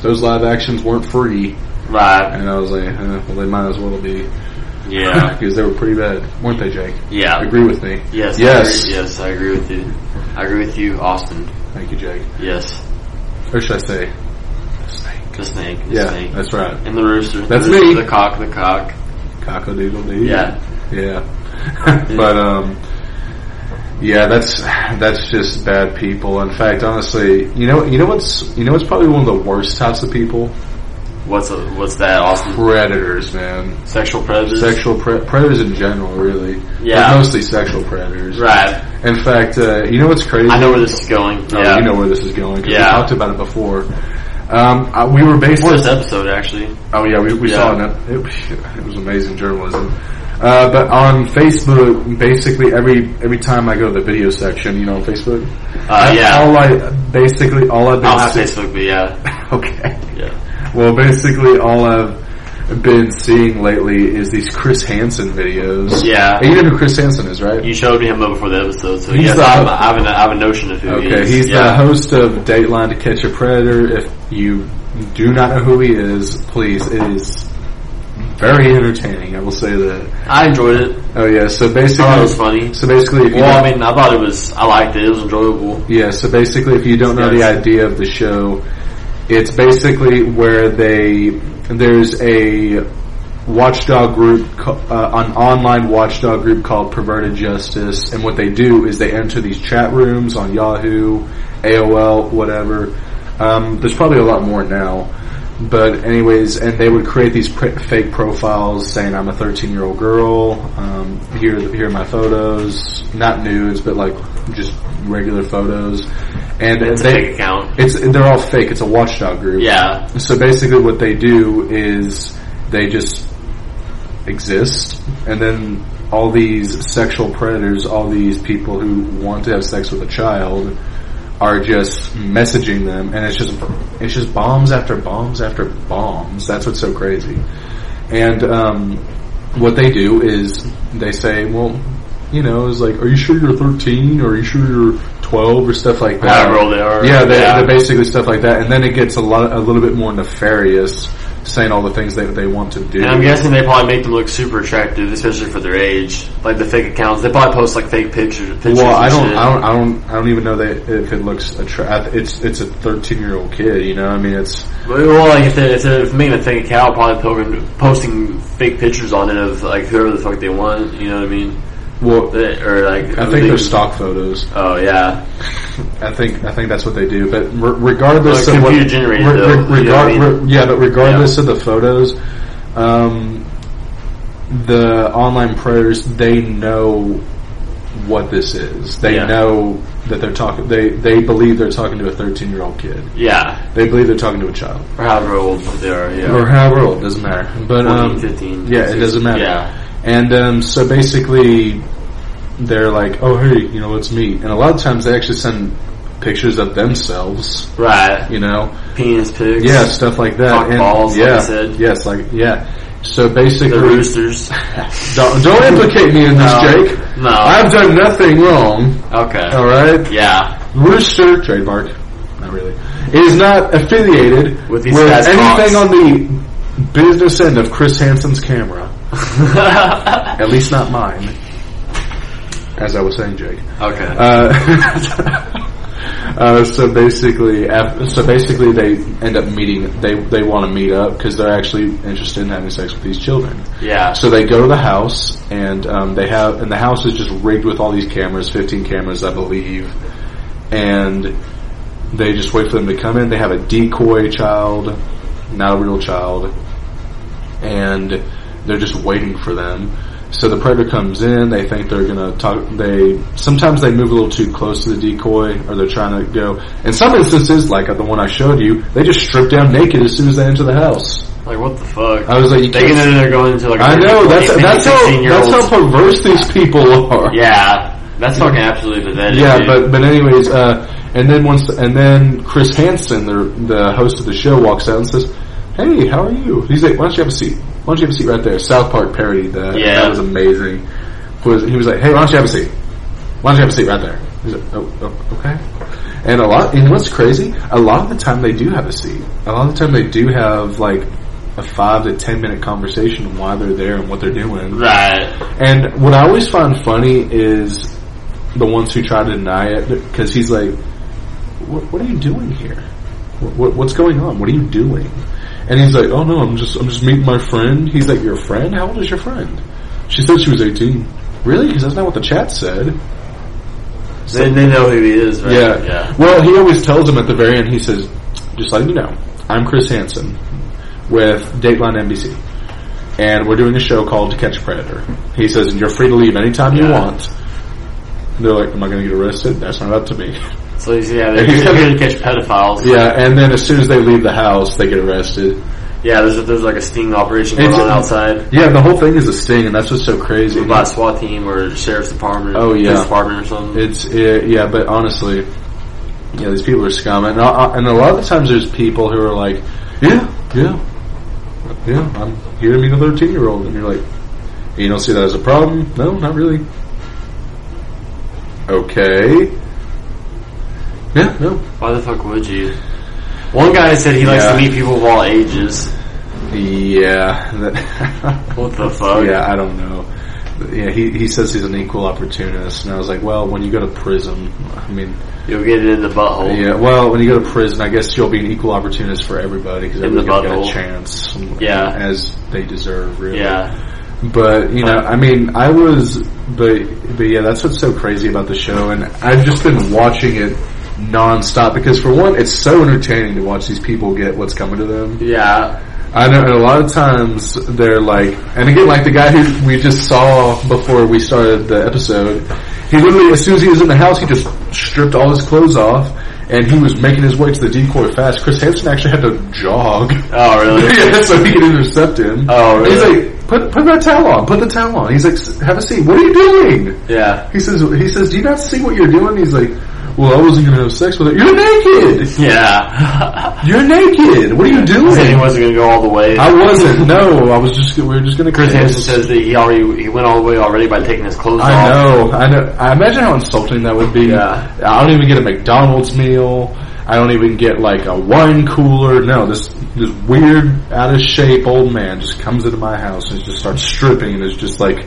those live actions weren't free, [LAUGHS] right. and I was like, huh, well, they might as well be [LAUGHS] Yeah. because they were pretty bad, weren't they, Jake? Yeah. Agree with me. Yes. I Yes. agree, yes. I agree with you. I agree with you, Austin. Thank you, Jake. Yes. Or should I say, snake? The snake. The Yeah, snake. that's right. And the rooster. That's the, me. The cock. The cock. Cockadoodle doo. Yeah. [LAUGHS] yeah. but um, yeah, that's that's just bad people. In fact, honestly, you know, you know what's you know what's probably one of the worst types of people? What's a, what's that, Austin? Predators, man. Sexual predators. Sexual pre- predators in general, really. Yeah. But mostly sexual predators. Right. In fact, uh, you know what's crazy? I know where this is going. Oh, yeah. You know where this is going. 'cause Yeah. We talked about it before. Um, I, we were based Before this episode, actually. Oh yeah, we, we Yeah. saw it. It, it was [LAUGHS] amazing journalism. Uh, but on Facebook, basically every every time I go to the video section, you know, on Facebook, Uh, yeah. Oh, all I basically all I I've don't have been Facebook, but yeah. se- [LAUGHS] okay. Yeah. Well, basically all I've been seeing lately is these Chris Hansen videos. Yeah. And you know who Chris Hansen is, right? You showed me him before the episode, so He's yes, the- I have, I, have a, I have a notion of who he Okay, is. he's yeah. the host of Dateline to Catch a Predator. If you do not know who he is, please, it is very entertaining. I will say that. I enjoyed it. Oh yeah. So I basically, thought it was funny. so basically, if you Well, don't- I mean, I thought it was. I liked it. It was enjoyable. Yeah, so basically, if you don't know the Yes. idea of the show, it's basically where they there's a watchdog group, co- uh, an online watchdog group called Perverted Justice, and what they do is they enter these chat rooms on Yahoo, AOL, whatever. Um, there's probably a lot more now. But anyways, and they would create these pr- fake profiles saying I'm a 13 year old girl. Um, here, here are my photos, not nudes, but like just regular photos. And It's a they, fake account. it's they're all fake. It's a watchdog group. Yeah. So basically, what they do is they just exist, and then all these sexual predators, all these people who want to have sex with a child, are just messaging them, and it's just it's just bombs after bombs after bombs. That's what's so crazy. And um, what they do is they say, well. You know, it's like, are you sure you're 13? Or are you sure you're 12? Or stuff like that. However old they are. Yeah, they, they're basically stuff like that, and then it gets a lot, a little bit more nefarious, saying all the things that they want to do. And I'm guessing they probably make them look super attractive, especially for their age. Like the fake accounts, they probably post like fake pictures. pictures well, and I don't, shit. I don't, I don't, I don't even know that if it looks attractive. It's it's a thirteen year old kid, you know. I mean, it's Well, like if they're, if they're making a fake account, probably posting, posting fake pictures on it of like whoever the fuck they want. You know what I mean? well, They- Or like I who think they- they're stock photos. Oh yeah, I think I think that's what they do. But re- regardless Well, of what, computer generated, though, you know what I regard- mean? re- yeah, but regardless of the photos, um, the online prayers they know what this is. They Yeah. know that they're talking. They they believe they're talking to a thirteen year old kid. yeah. They believe they're talking to a child Or however old they are. Yeah, or however old doesn't matter. But 14, um, 15. yeah, it doesn't matter. Yeah. And um, so basically, they're like, "Oh, hey, you know, let's meet." And a lot of times, they actually send pictures of themselves, Right. you know, Penis pigs. yeah, stuff like that. Cock and balls, like yeah, I said. yes, like yeah. So The basically, roosters. [LAUGHS] don't, don't implicate me in this, Jake. No. I've done nothing wrong. okay. All right, [LAUGHS] Yeah. Rooster trademark. Not really. Is not affiliated With these with guys' anything cocks. on the business end of Chris Hansen's camera. At least not mine. As I was saying, Jake. okay. Uh, [LAUGHS] uh, so basically, af- so basically, they end up meeting. They they want to meet up because they're actually interested in having sex with these children. yeah. So they go to the house, and um, they have, and the house is just rigged with all these cameras, fifteen cameras, I believe, and they just wait for them to come in. They have a decoy child, not a real child, and they're just waiting for them. So the predator comes in. They think they're gonna talk. They sometimes they move a little too close to the decoy, or they're trying to go. In some instances, like the one I showed you, they just strip down naked as soon as they enter the house. Like what the fuck? I was like, you They can't get in there going into like. a I know that's 15, that's how 16 year that's olds. how perverse these people are. Yeah, that's fucking absolutely pathetic. Yeah, dude. but but anyways, uh, and then once and then Chris Hansen, the the host of the show, walks out and says, "Hey, how are you?" He's like, "Why don't you have a seat? Why don't you have a seat right there?" South Park parodied that. Yeah. that was amazing. Was he was like, "Hey, why don't you have a seat? Why don't you have a seat right there?" He's like, "Oh, oh okay." And a lot, and what's crazy, a lot of the time they do have a seat. A lot of the time they do have like a five to ten minute conversation on why they're there and what they're doing. right, And what I always find funny is the ones who try to deny it because he's like, what, "What are you doing here? What, what, what's going on? What are you doing?" And he's like, "Oh no, I'm just I'm just meeting my friend." He's like, "Your friend? How old is your friend?" She said she was 18. Really? Because that's not what the chat said. they, they know who he is. Right? Yeah. yeah. Well, he always tells him at the very end. He says, "Just letting you know, I'm Chris Hansen with Dateline NBC, and we're doing a show called To Catch a Predator." He says, "And you're free to leave anytime you Yeah. want." And they're like, "Am I going to get arrested? That's not up to me." So he's yeah, they're they're here to catch pedophiles. Yeah, yeah. And then as soon as they leave the house, they get arrested. there's there's like a sting operation going It's- on outside Yeah. The whole thing is a sting, and that's what's so crazy. by a SWAT team or sheriff's department. Oh, yeah. police department or something. It's uh yeah, but honestly, yeah, these people are scum, and, uh, and a lot of the times there's people who are like, yeah, yeah, yeah, I'm here to meet a thirteen year old, and you're like, you don't see that as a problem? No, not really. Okay. Yeah, no. Why the fuck would you? One guy said he likes Yeah. to meet people of all ages. Yeah. That [LAUGHS] What the fuck? yeah, I don't know. Yeah, he, he says he's an equal opportunist, and I was like, well, when you go to prison, I mean, You'll get it in the butthole. yeah, well, when you go to prison, I guess you'll be an equal opportunist for everybody because In the everybody's gonna get butthole. a chance, Yeah. as they deserve, really. Yeah. But you know, I mean, I was, but but yeah, that's what's so crazy about the show, and I've just been watching it nonstop because for one, it's so entertaining to watch these people get what's coming to them. Yeah. I know and a lot of times they're like, and again, like the guy who we just saw before we started the episode, he literally, as soon as he was in the house, he just stripped all his clothes off, and he was making his way to the decoy fast. Chris Hansen actually had to jog [LAUGHS] Oh, really? yeah, so he could intercept him. Oh, really? He's like, put put that towel on. Put the towel on. He's like, "S- have a seat. What are you doing? yeah. He says, he says, do you not see what you're doing? He's like, well, I wasn't gonna have sex with her. You're naked. Yeah. [LAUGHS] You're naked. What are you Said he doing? wasn't gonna go all the way. I wasn't. No, I was just. We were just gonna. Chris kiss. Hansen says that he already he went all the way already by taking his clothes I off. know. I know. I imagine how insulting that would be. Yeah. I don't even get a McDonald's meal. I don't even get like a wine cooler. No, this this weird, out of shape old man just comes into my house and just starts stripping and is just like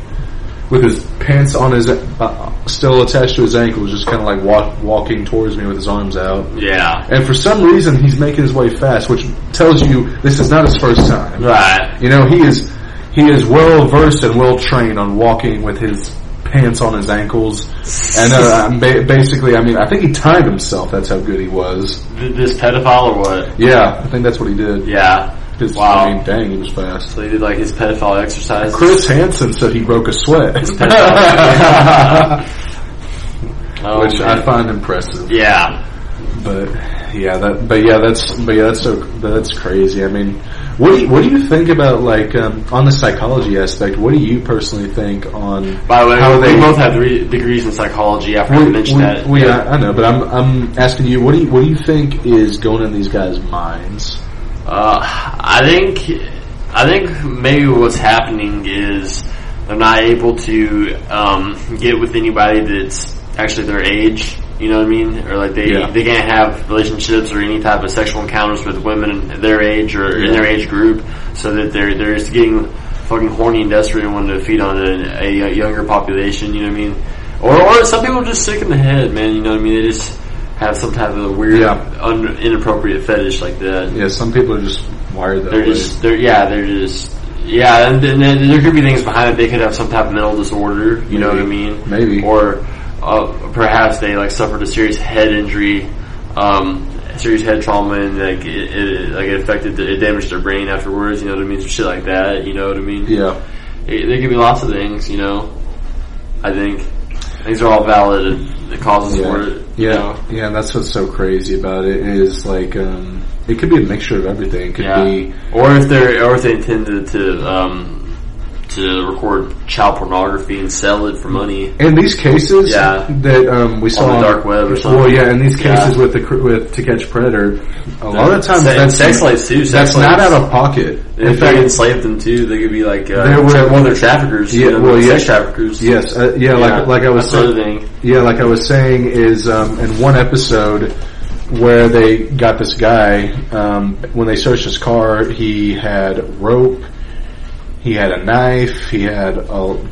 with his pants on his uh, still attached to his ankles, just kind of like walk, walking towards me with his arms out. Yeah. And for some reason, he's making his way fast, which tells you this is not his first time. Right. You know, he is he is well versed and well trained on walking with his pants on his ankles. And uh, I'm ba- basically, I mean, I think he timed himself. That's how good he was. Th- This pedophile or what? Yeah, I think that's what he did. Yeah. 'Cause, Wow. I mean, dang, he was fast. So he did like his pedophile exercise. Chris Hansen said he broke a sweat, [LAUGHS] Oh, [LAUGHS] which I man. find impressive. Yeah. But yeah, that but yeah, that's but yeah, that's so that's crazy. I mean, what do you, what do you think about like um, on the psychology aspect? What do you personally think on By the way, How we they- both have three degrees in psychology. After we, mentioned that, we- uh, I- I know, but I'm I'm asking you, what do you what do you think is going in these guys' minds? Uh, I think I think maybe what's happening is they're not able to um, get with anybody that's actually their age. You know what I mean? Or like they Yeah. they can't have relationships or any type of sexual encounters with women their age or in their age group, so that they're they're just getting fucking horny and desperate and wanting to feed on a, a younger population. You know what I mean? Or, or some people are just sick in the head, man. You know what I mean? They just have some type of weird, Yeah. un- inappropriate fetish like that. Yeah, some people are just wired that They're way. just, they're, yeah, they're just, yeah, and, then then there could be things behind it. They could have some type of mental disorder, you know what I Maybe. mean? Maybe. Or uh, perhaps they, like, suffered a serious head injury, um, serious head trauma, and, like, it, it, like, it affected, it damaged their brain afterwards, you know what I mean? Some shit like that, you know what I mean? yeah, It, there could be lots of things, you know? I think. These are all valid uh, causes for yeah, it. yeah, yeah. And that's what's so crazy about it is like um, it could be a mixture of everything. It could Yeah. be Or if they're, or if they intended to, um, to record child pornography and sell it for money. in these cases Yeah. that um, we saw the dark web or Well, something. yeah, in these Yeah. cases with the cr- with to catch predator, a lot of times Se- that's sex slaves too. Sex that's not slaves. out of pocket. If they enslaved them too, they could be like uh, There were- one of their traffickers. Yeah, you know, well, like yeah. sex traffickers. Yes, uh, yeah, like like I was that's saying, another thing. Yeah, like I was saying, is um, in one episode where they got this guy. Um, when they searched his car, he had rope, he had a knife, he had a.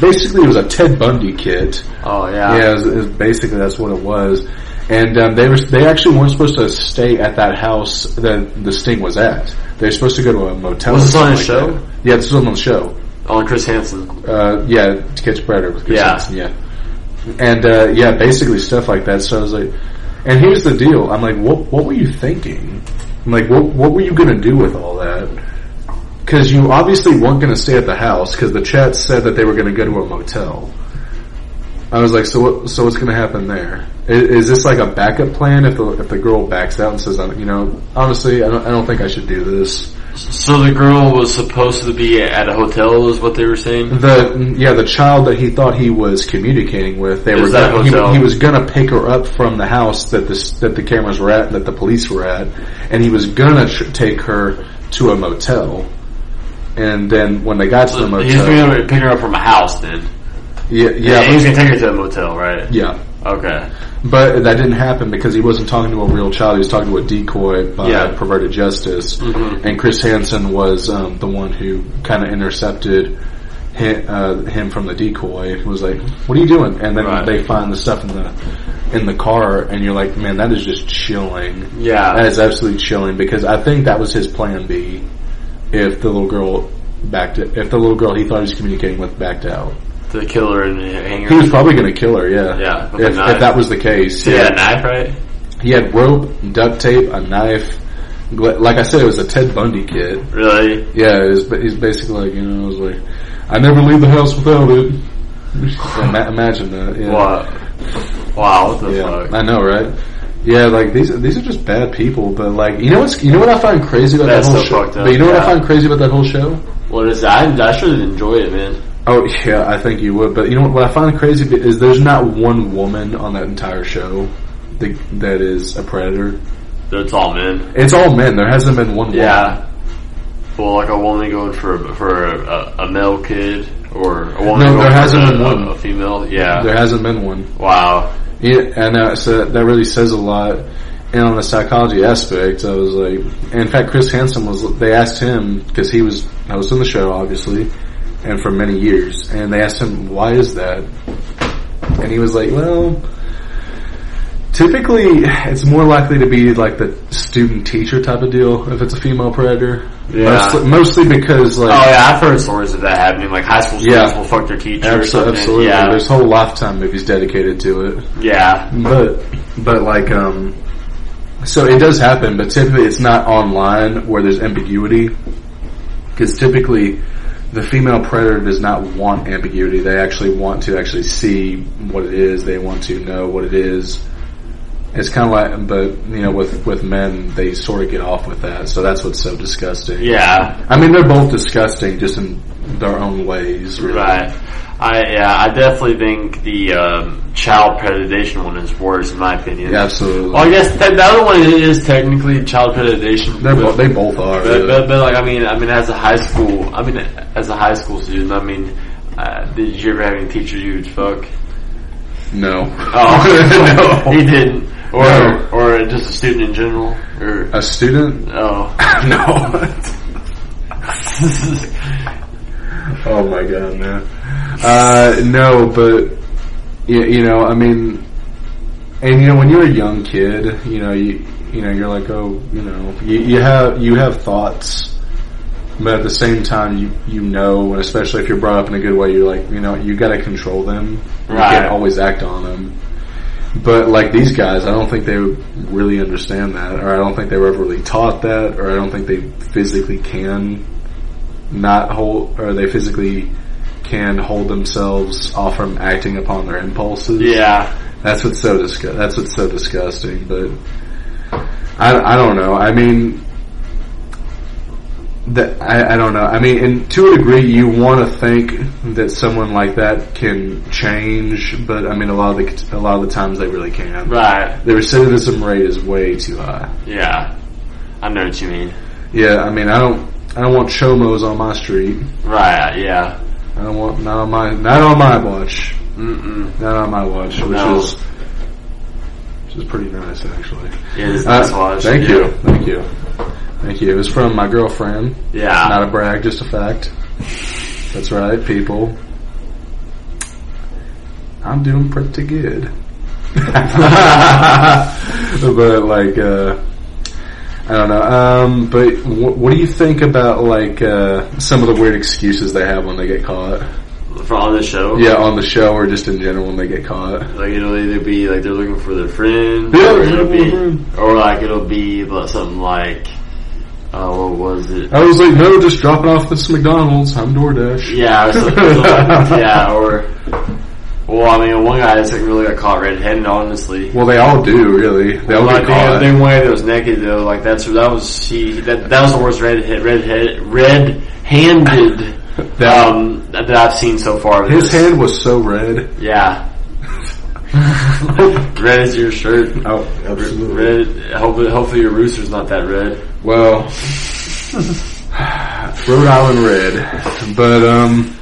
Basically, it was a Ted Bundy kit. Oh yeah, Yeah, it was, it was basically that's what it was. And um, they were they actually weren't supposed to stay at that house that the sting was at. They were supposed to go to a motel. Was this or on something his like show? that. Yeah, this was on the show on Chris Hansen. uh, yeah, to catch a predator with Chris Yeah. Hansen, yeah. And uh, yeah, basically stuff like that. So I was like, and here's the deal. I'm like, what what were you thinking? I'm like, what what were you gonna do with all that? Because you obviously weren't gonna stay at the house because the chat said that they were gonna go to a motel. I was like, so what? So what's gonna happen there? Is, is this like a backup plan if the if the girl backs out and says, I'm- you know, honestly, I don't, I don't think I should do this. So the girl was supposed to be at a hotel, is what they were saying. Mm-hmm. The yeah, the child that he thought he was communicating with, they Is were that gonna, hotel? he, he was gonna pick her up from the house that this that the cameras were at, that the police were at, and he was gonna tr- take her to a motel. And then when they got to the He's motel, going to pick her up from a house, then. yeah, yeah, he's going to take her to a motel, right? yeah, Okay. But that didn't happen because he wasn't talking to a real child. He was talking to a decoy by Yeah. Perverted Justice. Mhm. And Chris Hansen was um, the one who kind of intercepted him, uh, him from the decoy. He was like, what are you doing? And then Right. they find the stuff in the, in the car and you're like, man, that is just chilling. Yeah. That is absolutely chilling because I think that was his plan B if the little girl backed it, if the little girl he thought he was communicating with backed out. the killer and the hanger. He was probably going to kill her, yeah. Yeah, with a If, knife. if that was the case. yeah, knife, right? He had rope, duct tape, a knife. Gla- Like I said, it was a Ted Bundy kid. Really? Yeah, it was, ba- he's basically like, you know, I was like, I never leave the house without it. Ima- imagine that. Yeah. What? Wow, what the Yeah, fuck? I know, right? Yeah, like these these are just bad people. But like, you know what's you know what I find crazy about That's that whole so show. fucked up, but you know what yeah. I find crazy about that whole show? What is that? I, I should have enjoyed it, man. Oh yeah, I think you would. But you know what, what I find crazy be- is there's not one woman on that entire show that, that is a predator. That's all men. It's all men. There hasn't been one. woman. Yeah. Well, like a woman going for for a, a male kid or a woman No, going there for hasn't a, been one. a, a female. Yeah. There hasn't been one. wow. Yeah, and uh, so that really says a lot. And on the psychology aspect, I was like, in fact, Chris Hansen was. They asked him because he was hosting the show, obviously, and for many years. And they asked him, "Why is that?" And he was like, "Well, typically, it's more likely to be like the student teacher type of deal if it's a female predator. Yeah. mostly, mostly because like." Oh yeah, I've heard stories of that happening. Like high school students Yeah. will fuck their teacher. or abso- something. Absolutely, Yeah. there's whole lifetime movies dedicated to it. Yeah. But but like um so it does happen, but typically it's not online where there's ambiguity because typically the female predator does not want ambiguity. They actually want to actually see what it is. They want to know what it is. It's kind of like, but you know, with with men, they sort of get off with that. So that's what's so disgusting. Yeah. I mean, they're both disgusting, just in their own ways. Really. Right. I yeah. I definitely think the um, child predation one is worse in my opinion. Yeah, absolutely. Well, I guess that the other one is technically child predation. they're but- both. They both are. But, yeah. but, but like I mean, I mean, as a high school, I mean, as a high school student, I mean, uh, did you ever have any teachers you would fuck? no. Oh, [LAUGHS] [LAUGHS] no. he didn't, or No. Uh, or just a student in general, or A student? [LAUGHS] oh, no. oh my god, man. Uh, no, but you, you know, I mean, and you know, when you're a young kid, you know, you you know, you're like, oh, you know, you, you have you have thoughts, but at the same time, you you know, and especially if you're brought up in a good way, you're like, you know, you got to control them. Right. You can't always act on them. But like these guys, I don't think they really understand that, or I don't think they were ever really taught that, or I don't think they physically can not hold, or they physically can hold themselves off from acting upon their impulses. yeah, That's what's so disgu- That's what's so disgusting. But I, I don't know. I mean, that I, I don't know. I mean, and to a degree, you want to think that someone like that can change, but I mean, a lot of the a lot of the times they really can't. right, The recidivism rate is way too high. yeah, I know what you mean, Yeah, I mean, I don't I don't want chomos on my street. right, yeah, I don't want not on my not on my watch. mm Not on my watch, which No. is which is pretty nice actually. yeah, this is Uh, nice watch. Thank you, thank you, thank you. It was from my girlfriend. yeah, Not a brag, just a fact. That's right, people. I'm doing pretty good. [LAUGHS] but like, uh, I don't know. Um, but wh- what do you think about like uh, some of the weird excuses they have when they get caught? for on the show, Yeah, on the show or just in general when they get caught. Like it'll either be like they're looking for their friend, Yeah, or it'll yeah, be, yeah. or like it'll be like, something like, uh, what was it? I was like, no, just dropping off this McDonald's. I'm DoorDash. Yeah, or something. [LAUGHS] like, yeah, or well, I mean, one guy just like, really got caught red-handed. Honestly, Well, they all do, really. They all like get caught. the one guy that was naked though, like that's that was he that that was the worst red red red-handed [LAUGHS] That- um that I've seen so far. His hand was so red. [LAUGHS] yeah. red is your shirt. Oh, absolutely. Red. Hopefully, hopefully your rooster's not that red. Well, Rhode Island red. But, um,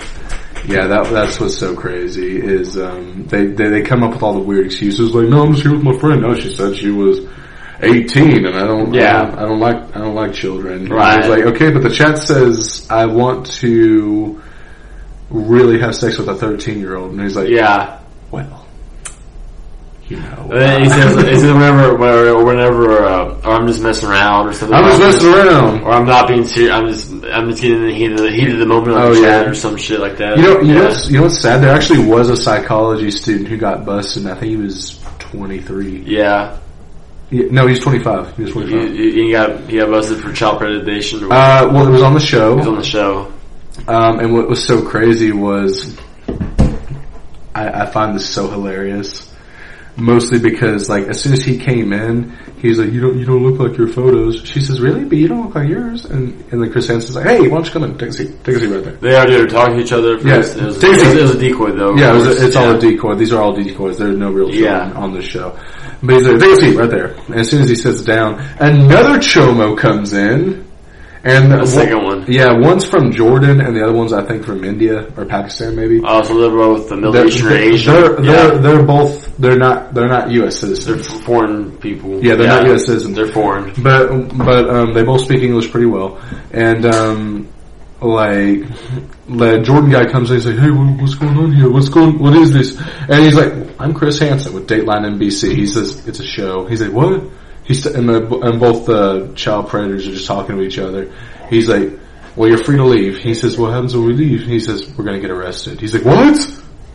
Yeah, that that's what's so crazy is um, they, they they come up with all the weird excuses like, no, I'm just here with my friend. No, she said she was 18, and I don't. Yeah. I don't, I don't like I don't like children. And Right. It's like okay, but the chat says I want to really have sex with a 13 year old, and he's like, Yeah. well, you know, And then Uh, he says, he [LAUGHS] says whenever, whenever, whenever uh, or I'm just messing around or something. I'm just like that. [LAUGHS] messing around. Or I'm not being serious. I'm just, I'm just getting in the heat of the, heat of the moment on Oh, the yeah. chat or some shit like that. You know, you, know yeah. what's, you know what's sad? There actually was a psychology student who got busted. And I think he was 23. yeah. Yeah, no, he was 25. He was You, 25. you you got, you got busted for child predation. Or Uh, well, it was on the was show, on the show. um, and what was so crazy was I, I find this so hilarious. Mostly because, like, as soon as he came in, he's like, "You don't, you don't look like your photos." She says, "Really? But you don't look like yours." And and then Chris Hansen's like, "Hey, why don't you come in? Take a seat. Take a seat right there." They already were talking to each other. At Yeah. first. It, was, it, Take a was, seat. it was a decoy though. of Yeah, it was course. it's all Yeah. a decoy. These are all decoys. There are no real children Yeah. on this show. But he's like, take a seat right there. And as soon as he sits down, another chomo comes in. And The second one. Yeah, one's from Jordan and the other one's, I think, from India or Pakistan maybe. Oh, so they're both the Middle they're, Eastern or Asian. they're, yeah. they're, they're both, they're not, they're not U.S. They're citizens. foreign people. Yeah, they're not U.S. citizens. They're foreign. But but um, they both speak English pretty well, and um, like the Jordan guy comes in, he's like, "Hey, what, what's going on here? What's going? What is this?" And he's like, "I'm Chris Hansen with Dateline NBC." He says, "It's a show." He's like, "What?" He's and the and both the child predators are just talking to each other. He's like, "Well, you're free to leave." He says, "What happens when we leave?" He says, "We're gonna get arrested." He's like, "What?"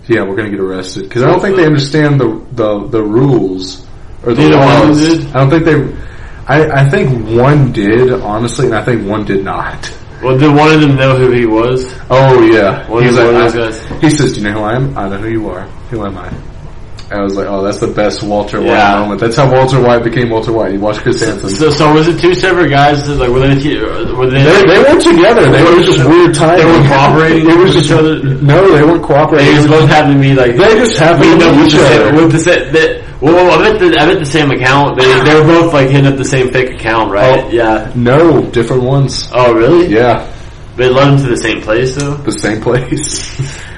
Yeah, we're gonna get arrested because I don't think they understand the the, the rules or the Neither one of them laws. did? I don't think they. I, I think one did honestly, and I think one did not. Well, did one of them know who he was? Oh yeah, One He's of like, those guys. I- he says, "Do you know who I am? I know who you are. Who am I?" I was like, "Oh, that's the best Walter White Yeah. moment. That's how Walter White became Walter White. He watched Chris Hansen. So, so was it two separate guys? Like, were they? T- were they? They, they weren't together. They were just weird times. They were cooperating It was with just each other? No, they weren't cooperating. They just both happened to be like They just happened meeting to up meet with each the other. same, with the same. They, well, I meant the I meant the same account. They they were both like hitting up the same fake account, right? Oh. Yeah. no, different ones. Oh, really? Yeah. They led them to the same place though. the same place.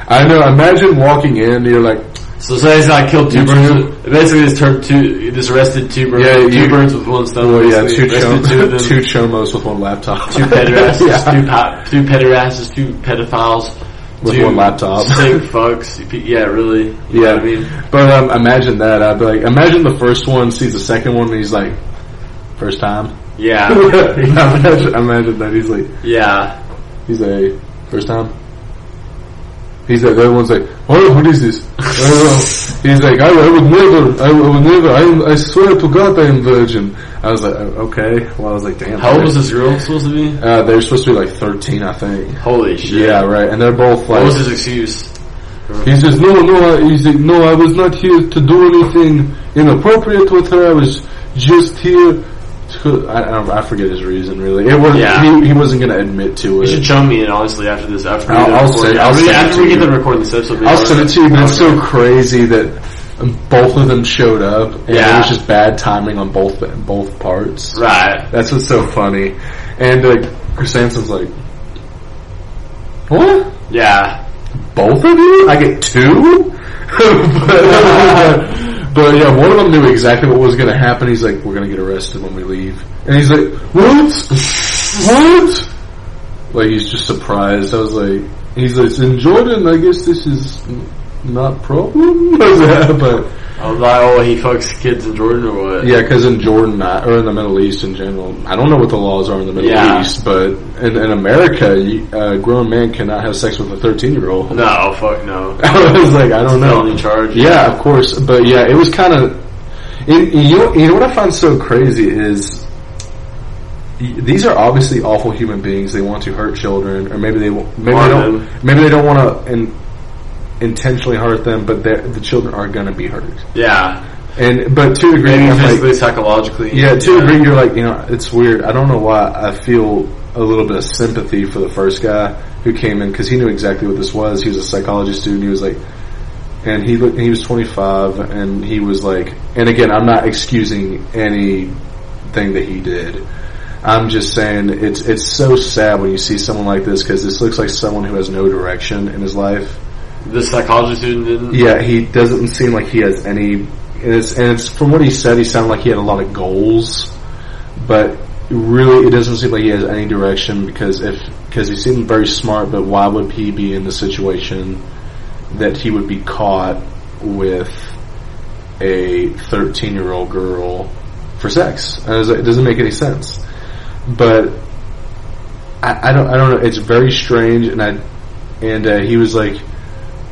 [LAUGHS] I know. Imagine walking in, you're like, So, so it's like killed two You birds. too? with- Basically, this turned two. This arrested two birds. Yeah, two you- birds with one stone. oh yeah, basically. two, chom- arrested two of them. [LAUGHS] two chomos with one laptop, two pederasts, [LAUGHS] yeah. two, pa- two pederasts, two pedophiles, with two one laptop. [LAUGHS] sick fucks. You pe- Yeah, really. You know yeah, what I mean, but um, imagine that. I'd be like, imagine the first one sees the second one, and he's like, [LAUGHS] first time. [LAUGHS] yeah, Yeah, imagine, imagine that. He's like, yeah. he's a first time. He's like, the other one's like, oh, what is this? [LAUGHS] Oh. He's like, I, I would never, I, would never, I, am- I swear to God I am virgin. I was like, "Oh, okay. Well, I was like, damn. How old dude." was this girl supposed to be? Uh, they're supposed to be like 13, I think. Holy shit! Yeah, right. And they're both What was like, his excuse? he says, no, no, I, he's like, no, I was not here to do anything inappropriate with her. I was just here to, I, I, don't- I forget his reason really. It was, Yeah. he, he wasn't going to admit to You should it. show me it honestly after this. After we I'll- get I'll recording- say- I'll after we- send it after to we get you. the recording this episode. I'll send it to you, but it's so crazy that both of them showed up and it Yeah. was just bad timing on both, both parts. Right. That's what's so funny. And uh, Chris Hansen's like, what? Yeah. both of you? I get two? but, [LAUGHS] but yeah, one of them knew exactly what was going to happen. He's like, we're going to get arrested when we leave. And he's like, what? What? Like, he's just surprised. I was like, he's like, in Jordan, I guess this is n- not problem? [LAUGHS] but I was like, oh, he fucks kids in Jordan or what? yeah, because in Jordan, I- or in the Middle East in general, I don't know what the laws are in the Middle Yeah. East, but in, in America, you- a grown man cannot have sex with a 13 year old. No, fuck no. [LAUGHS] I was like, I don't know. Felony charge. Yeah, of course, but yeah, it was kind of. You know, you know what I find so crazy is y- these are obviously awful human beings. They want to hurt children, or maybe they wa- maybe they Harm them. don't maybe they don't want to in, intentionally hurt them, but they're- the children are going to be hurt. Yeah. And but to a degree, Maybe I'm like, physically, psychologically. yeah, to a degree, you're like you know, it's weird. I don't know why I feel a little bit of sympathy for the first guy who came in because he knew exactly what this was. He was a psychology student. He was like, and he looked, he was 25, and he was like, and again, I'm not excusing anything that he did. I'm just saying it's it's so sad when you see someone like this because this looks like someone who has no direction in his life. The psychology student didn't. Yeah, he doesn't seem like he has any. And it's, and it's from what he said, he sounded like he had a lot of goals, but really, it doesn't seem like he has any direction because if because he seemed very smart, but why would he be in the situation that he would be caught with a thirteen year old girl for sex? And I was like, it doesn't make any sense. But I, I don't I don't know. It's very strange, and I and uh, he was like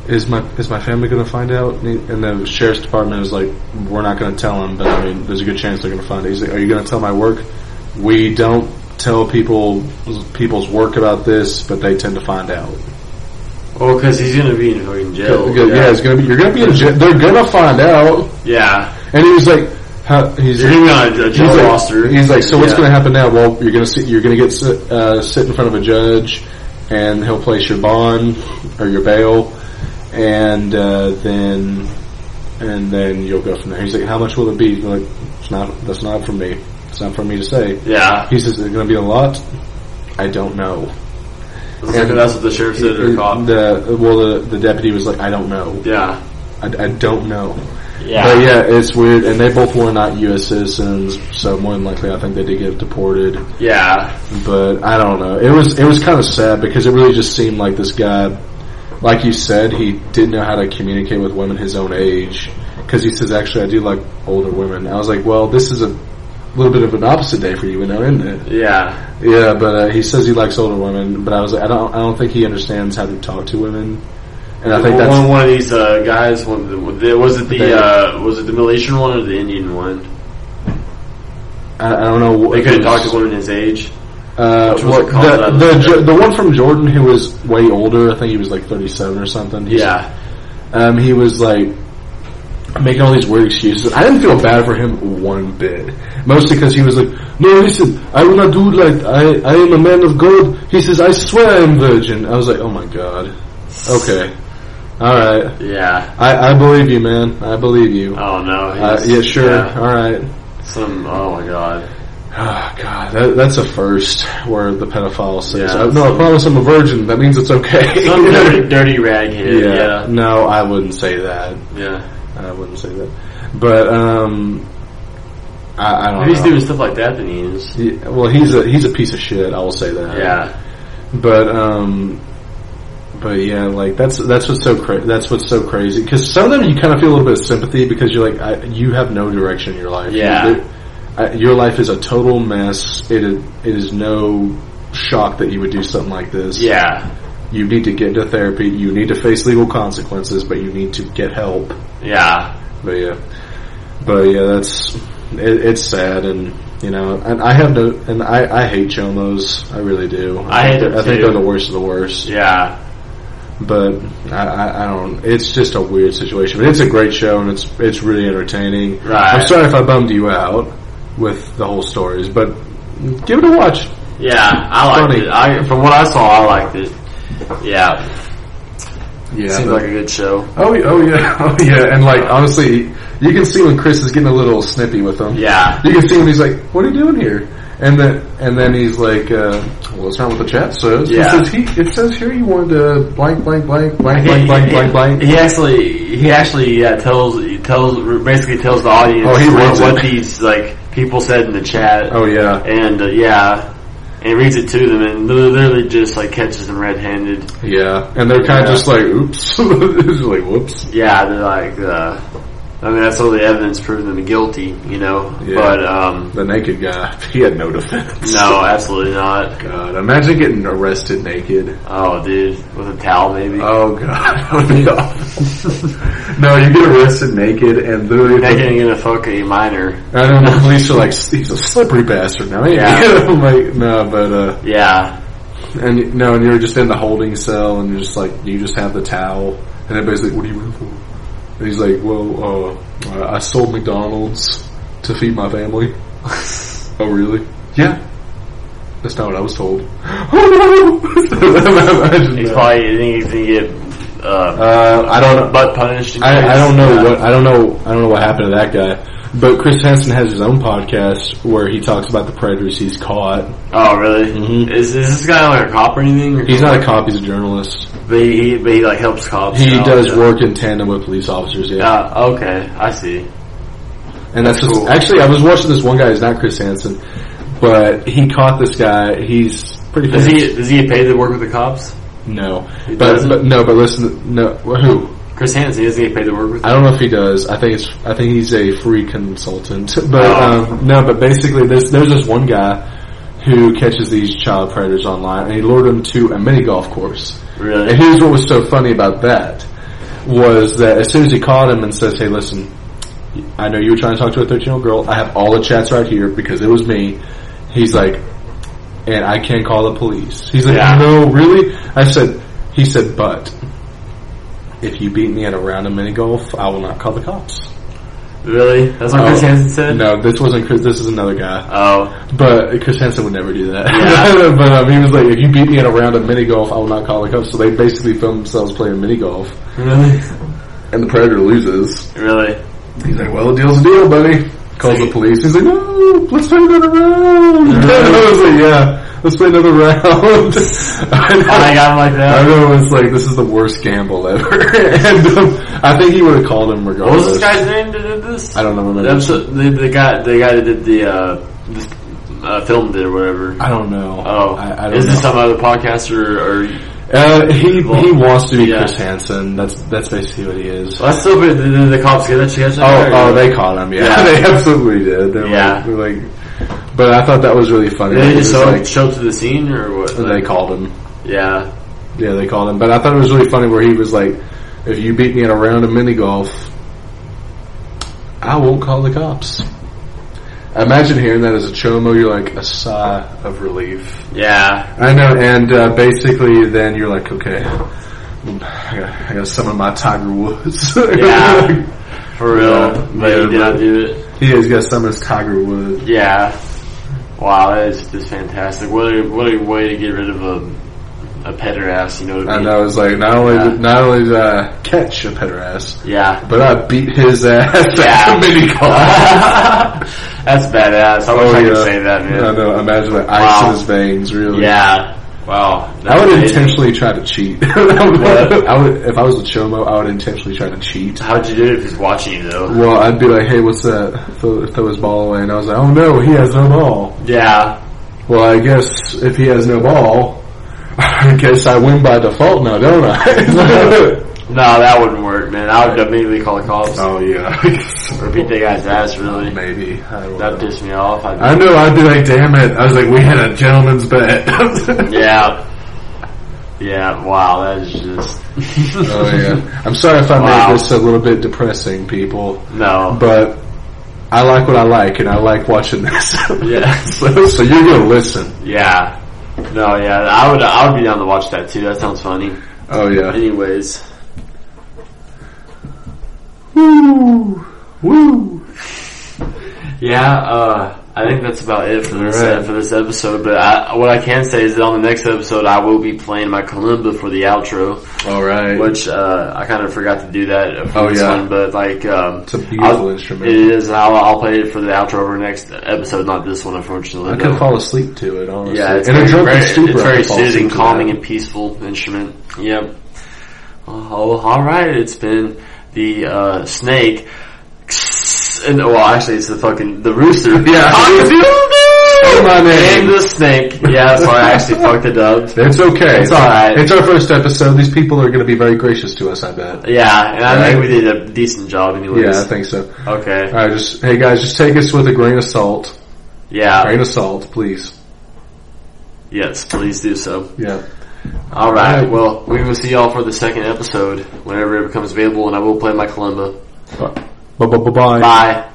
is my is my family going to find out? And, he- and the sheriff's department is like, we're not going to tell them, but I mean, there's a good chance they're going to find out. He's like, are you going to tell my work? We don't tell people people's work about this, but they tend to find out. Well, because Oh, he's gonna be in fucking jail. yeah. it's gonna be you're gonna be in jail. They're gonna find out. yeah. And he was like, how, he's You're gonna be on a jail he's like, roster. He's like, so what's Yeah. going to happen now? Well, you're going to sit, you're going to get sit, uh, sit in front of a judge, and he'll place your bond or your bail, and uh, then and then you'll go from there. He's like, how much will it be? They're like, it's not. That's not for me. It's not for me to say. Yeah. He says, is it going to be a lot? I don't know. And- that's what the sheriff said to the cop. The well, the, the deputy was like, I don't know. Yeah. I, I don't know. But Yeah. yeah, it's weird, and they both were not U.S. citizens, so more than likely, I think they did get deported. Yeah. But I don't know. It was it was kind of sad because it really just seemed like this guy, like you said, he didn't know how to communicate with women his own age. Because he says, actually, I do like older women. I was like, well, this is a little bit of an opposite day for you, you know, isn't it? Yeah. Yeah, but uh, he says he likes older women, but I was like, I don't, I don't think he understands how to talk to women, and I think one, that's one of these uh, guys. One of the, was it They- the uh, was it the Malaysian one or the Indian one? I, I don't know. They couldn't talk to women his age. Uh, Which was well, a call out the, of the, the- Jo- the one from Jordan who was way older, I think he was like 37 or something. He's- Yeah. Um, he was like making all these weird excuses. I didn't feel bad for him one bit. Mostly because he was like, no, listen, I will not do like, I, I am a man of God. He says, I swear I am virgin. I was like, oh my god. Okay. Alright. Yeah. I, I believe you, man. I believe you. Oh no. Uh, he's- yeah, sure. yeah. Alright. Some. Oh my god. Oh god, that, that's a first where the pedophile says, Yeah. oh, "No, I promise I'm a virgin." That means it's okay. Some [LAUGHS] dirty, dirty raghead. yeah. Yeah. No, I wouldn't say that. Yeah. I wouldn't say that. But um, I, I don't If he's know. doing stuff like that, then he is. Yeah, well, he's a he's a piece of shit. I will say that. Yeah. But um, but yeah, like that's that's what's so cra- that's what's so crazy because some of them you kind of feel a little bit of sympathy because you're like I, you have no direction in your life. Yeah. You- I- your life is a total mess. It is, it is no shock that you would do something like this. Yeah. You need to get into therapy. You need to face legal consequences, but you need to get help. Yeah. But yeah, but yeah, that's it, it's sad, and you know, and I have no, and I I hate chomos, I really do. I hate them I think too. they're the worst of the worst. Yeah. But I, I I don't. It's just a weird situation, but it's a great show, and it's it's really entertaining. Right. I'm sorry if I bummed you out with the whole stories, but give it a watch. Yeah. I liked Funny. it. I, from what I saw, I liked it. Yeah. Yeah. Seems like a good show. oh yeah, oh yeah, [LAUGHS] oh yeah, and like honestly, you can see when Chris is getting a little snippy with them. Yeah. You can see when he's like, "What are you doing here?" And then and then he's like, uh, "Well, it's not what the chat says." Yeah. It says he. It says here you wanted to blank, blank, blank, blank, blank, blank, blank, blank. He actually, he actually yeah, tells, he tells, basically tells the audience Oh, he what, reads what it. these like people said in the chat, Oh yeah, and uh, yeah, and reads it to them, and li- literally just like catches them red-handed. yeah. And they're kind Yeah. of just like, "Oops," [LAUGHS] it's like, "Whoops." Yeah, they're like, uh, I mean, that's all the evidence proving them guilty, you know. Yeah. But um, The naked guy, [LAUGHS] he had no defense. no, absolutely not. God, imagine getting arrested naked. Oh, dude, with a towel, maybe. Oh god, [LAUGHS] that would be awful. no, you get arrested naked and literally. Not getting in a fuck a minor. I don't know. The police are like, he's a slippery bastard now. ain't he?" Yeah. I'm [LAUGHS] like, no, but uh, Yeah, And you- no, and you're just in the holding cell, and you're just like, you just have the towel, and everybody's like, "What are you in for?" And he's like, "Well, uh, I sold McDonald's to feed my family." oh, really? Yeah. That's not what I was told. Imagine he's that. probably I think he's gonna get uh, uh, I don't know. butt punished. in I, I case. don't know Yeah. what I don't know. I don't know what happened to that guy. But Chris Hansen has his own podcast where he talks about the predators he's caught. Oh, really? Mhm. Is, is this guy like a cop or anything? Or He's not a cop; he's a journalist. But he, but he like helps cops. He and all does that. work in tandem with police officers. Yeah, Ah, okay, I see. and that's, that's just- cool. actually I was watching this one guy. He's not Chris Hansen, but he caught this guy. He's pretty. Does famous. he does he get paid to work with the cops? No, He but, doesn't? but no, but listen, no, who? Chris Hansen he doesn't get paid to work with. I don't know if he does. I think it's. I think he's a free consultant. But Oh. um, no, but basically, there's there's this one guy who catches these child predators online, and he lured them to a mini golf course. Really? And here's what was so funny about that was that as soon as he caught him and says, "Hey, listen, I know you were trying to talk to a 13 year old girl. I have all the chats right here because it was me." He's like, "And I can't call the police." He's like, Yeah. "No, really?" I said. He said, "But." If you beat me at a round of mini golf, I will not call the cops. Really? That's what Oh. Chris Hansen said. No, this wasn't Chris. This is another guy. Oh, But Chris Hansen would never do that. Yeah. [LAUGHS] but um, he was like, if you beat me at a round of mini golf, I will not call the cops. So they basically filmed themselves playing mini golf, really? [LAUGHS] and the predator loses. Really? He's like, well, a deal's a deal, buddy. Calls the police. He's like, no, let's play another round. [LAUGHS] I was like, yeah, let's play another round. [LAUGHS] I know. I got him like I that. know it's like this is the worst gamble ever, [LAUGHS] and um, I think he would have called him What regardless. was this guy's name that did this? I don't remember. That's the, the, the guy. The guy that did the uh, this, uh, film did or whatever. I don't know. Oh, I, I don't is this know. some other podcast or? or Uh, he he wants to be Yeah. Chris Hansen. That's that's basically what he is. well, that's still good. Did, did the cops get that chance? Oh, oh, they caught him. Yeah, Yeah. [LAUGHS] they absolutely did. They're Yeah. like, they're like, but I thought that was really funny. Did they It just was show, like, show up to the scene or what? and they called him. yeah. Yeah, they called him. But I thought it was really funny where he was like, "If you beat me in a round of mini golf, I won't call the cops." Imagine hearing that as a chomo, you're like a sigh of relief. Yeah. I know, and uh, basically, then you're like, okay, I gotta, I gotta summon my Tiger Woods. [LAUGHS] Yeah. For real. Yeah. but Yeah, he did not but- do it. he has got to summon his Tiger Woods. Yeah. Wow, that is just fantastic. What a, what a way to get rid of a a petter ass, you know what I I mean? know. It's like not only Yeah. did, not only did I catch a petter ass, [LAUGHS] Yeah. but I beat his ass [LAUGHS] Yeah. at the mini [LAUGHS] golf. [LAUGHS] That's badass. I wish I could say that, Oh, I man. know. Imagine like ice Wow. in his veins. Really. Yeah. Wow. I would That's amazing. intentionally try to cheat. [LAUGHS] I would, I would, if I was a chomo, I would intentionally try to cheat. How'd you do it if he's watching you though? Well, I'd be like, "Hey, what's that?" Throw, throw his ball away, and I was like, "Oh no, he has no ball." Yeah. Well, I guess if he has no ball, [LAUGHS] I guess I win by default now, [LAUGHS] don't I? No, that wouldn't work, man. I would immediately call the cops. oh yeah, Or beat that guy's ass, really. maybe. I don't That know. pissed me off. I'd I know. I'd be like, damn it! I was like, we had a gentleman's bet. [LAUGHS] oh Yeah. Yeah, wow, that is just. [LAUGHS] Oh, yeah. I'm sorry if I Wow. made this a little bit depressing, people, No. but I like what I like, and I like watching this. [LAUGHS] Yeah. so, so you're gonna listen. Yeah. No, yeah, I would, I would be down to watch that too. That sounds funny. Oh yeah. Anyways. Woo, woo. Yeah, uh, I think that's about it for this, Alright. for this episode, but I, what I can say is that on the next episode I will be playing my Kalimba for the outro, All right. which, uh, I kind of forgot to do that for Oh, this yeah. one, but like, um, it's a beautiful I'll- instrument. it is, and I'll, I'll play it for the outro over next episode, not this one unfortunately. I could though. fall asleep to it, honestly. Yeah, it's In very, a drunken very- stupor, it's I could very fall asleep soothing, to calming, that. and peaceful instrument. Yep. Oh, all right. It's been the uh, snake, and well, actually, it's the fucking the rooster. [LAUGHS] [LAUGHS] Yeah. Oh, Cock-a-doodle-doo! my name. and the snake. Yeah, so I [LAUGHS] actually fucked it up. It's okay. It's all right. It's our first episode. These people are going to be very gracious to us, I bet. Yeah, and I think Right. we did a decent job, Yeah, anyways. I think so. Okay. All right, just hey guys, just take us with a grain of salt. Yeah. Grain of salt, please. Yes, please do so. Yeah. All right. Alright. Well, we will see y'all for the second episode whenever it becomes available, and I will play my kalimba. Bye. Bye. Bye. Bye.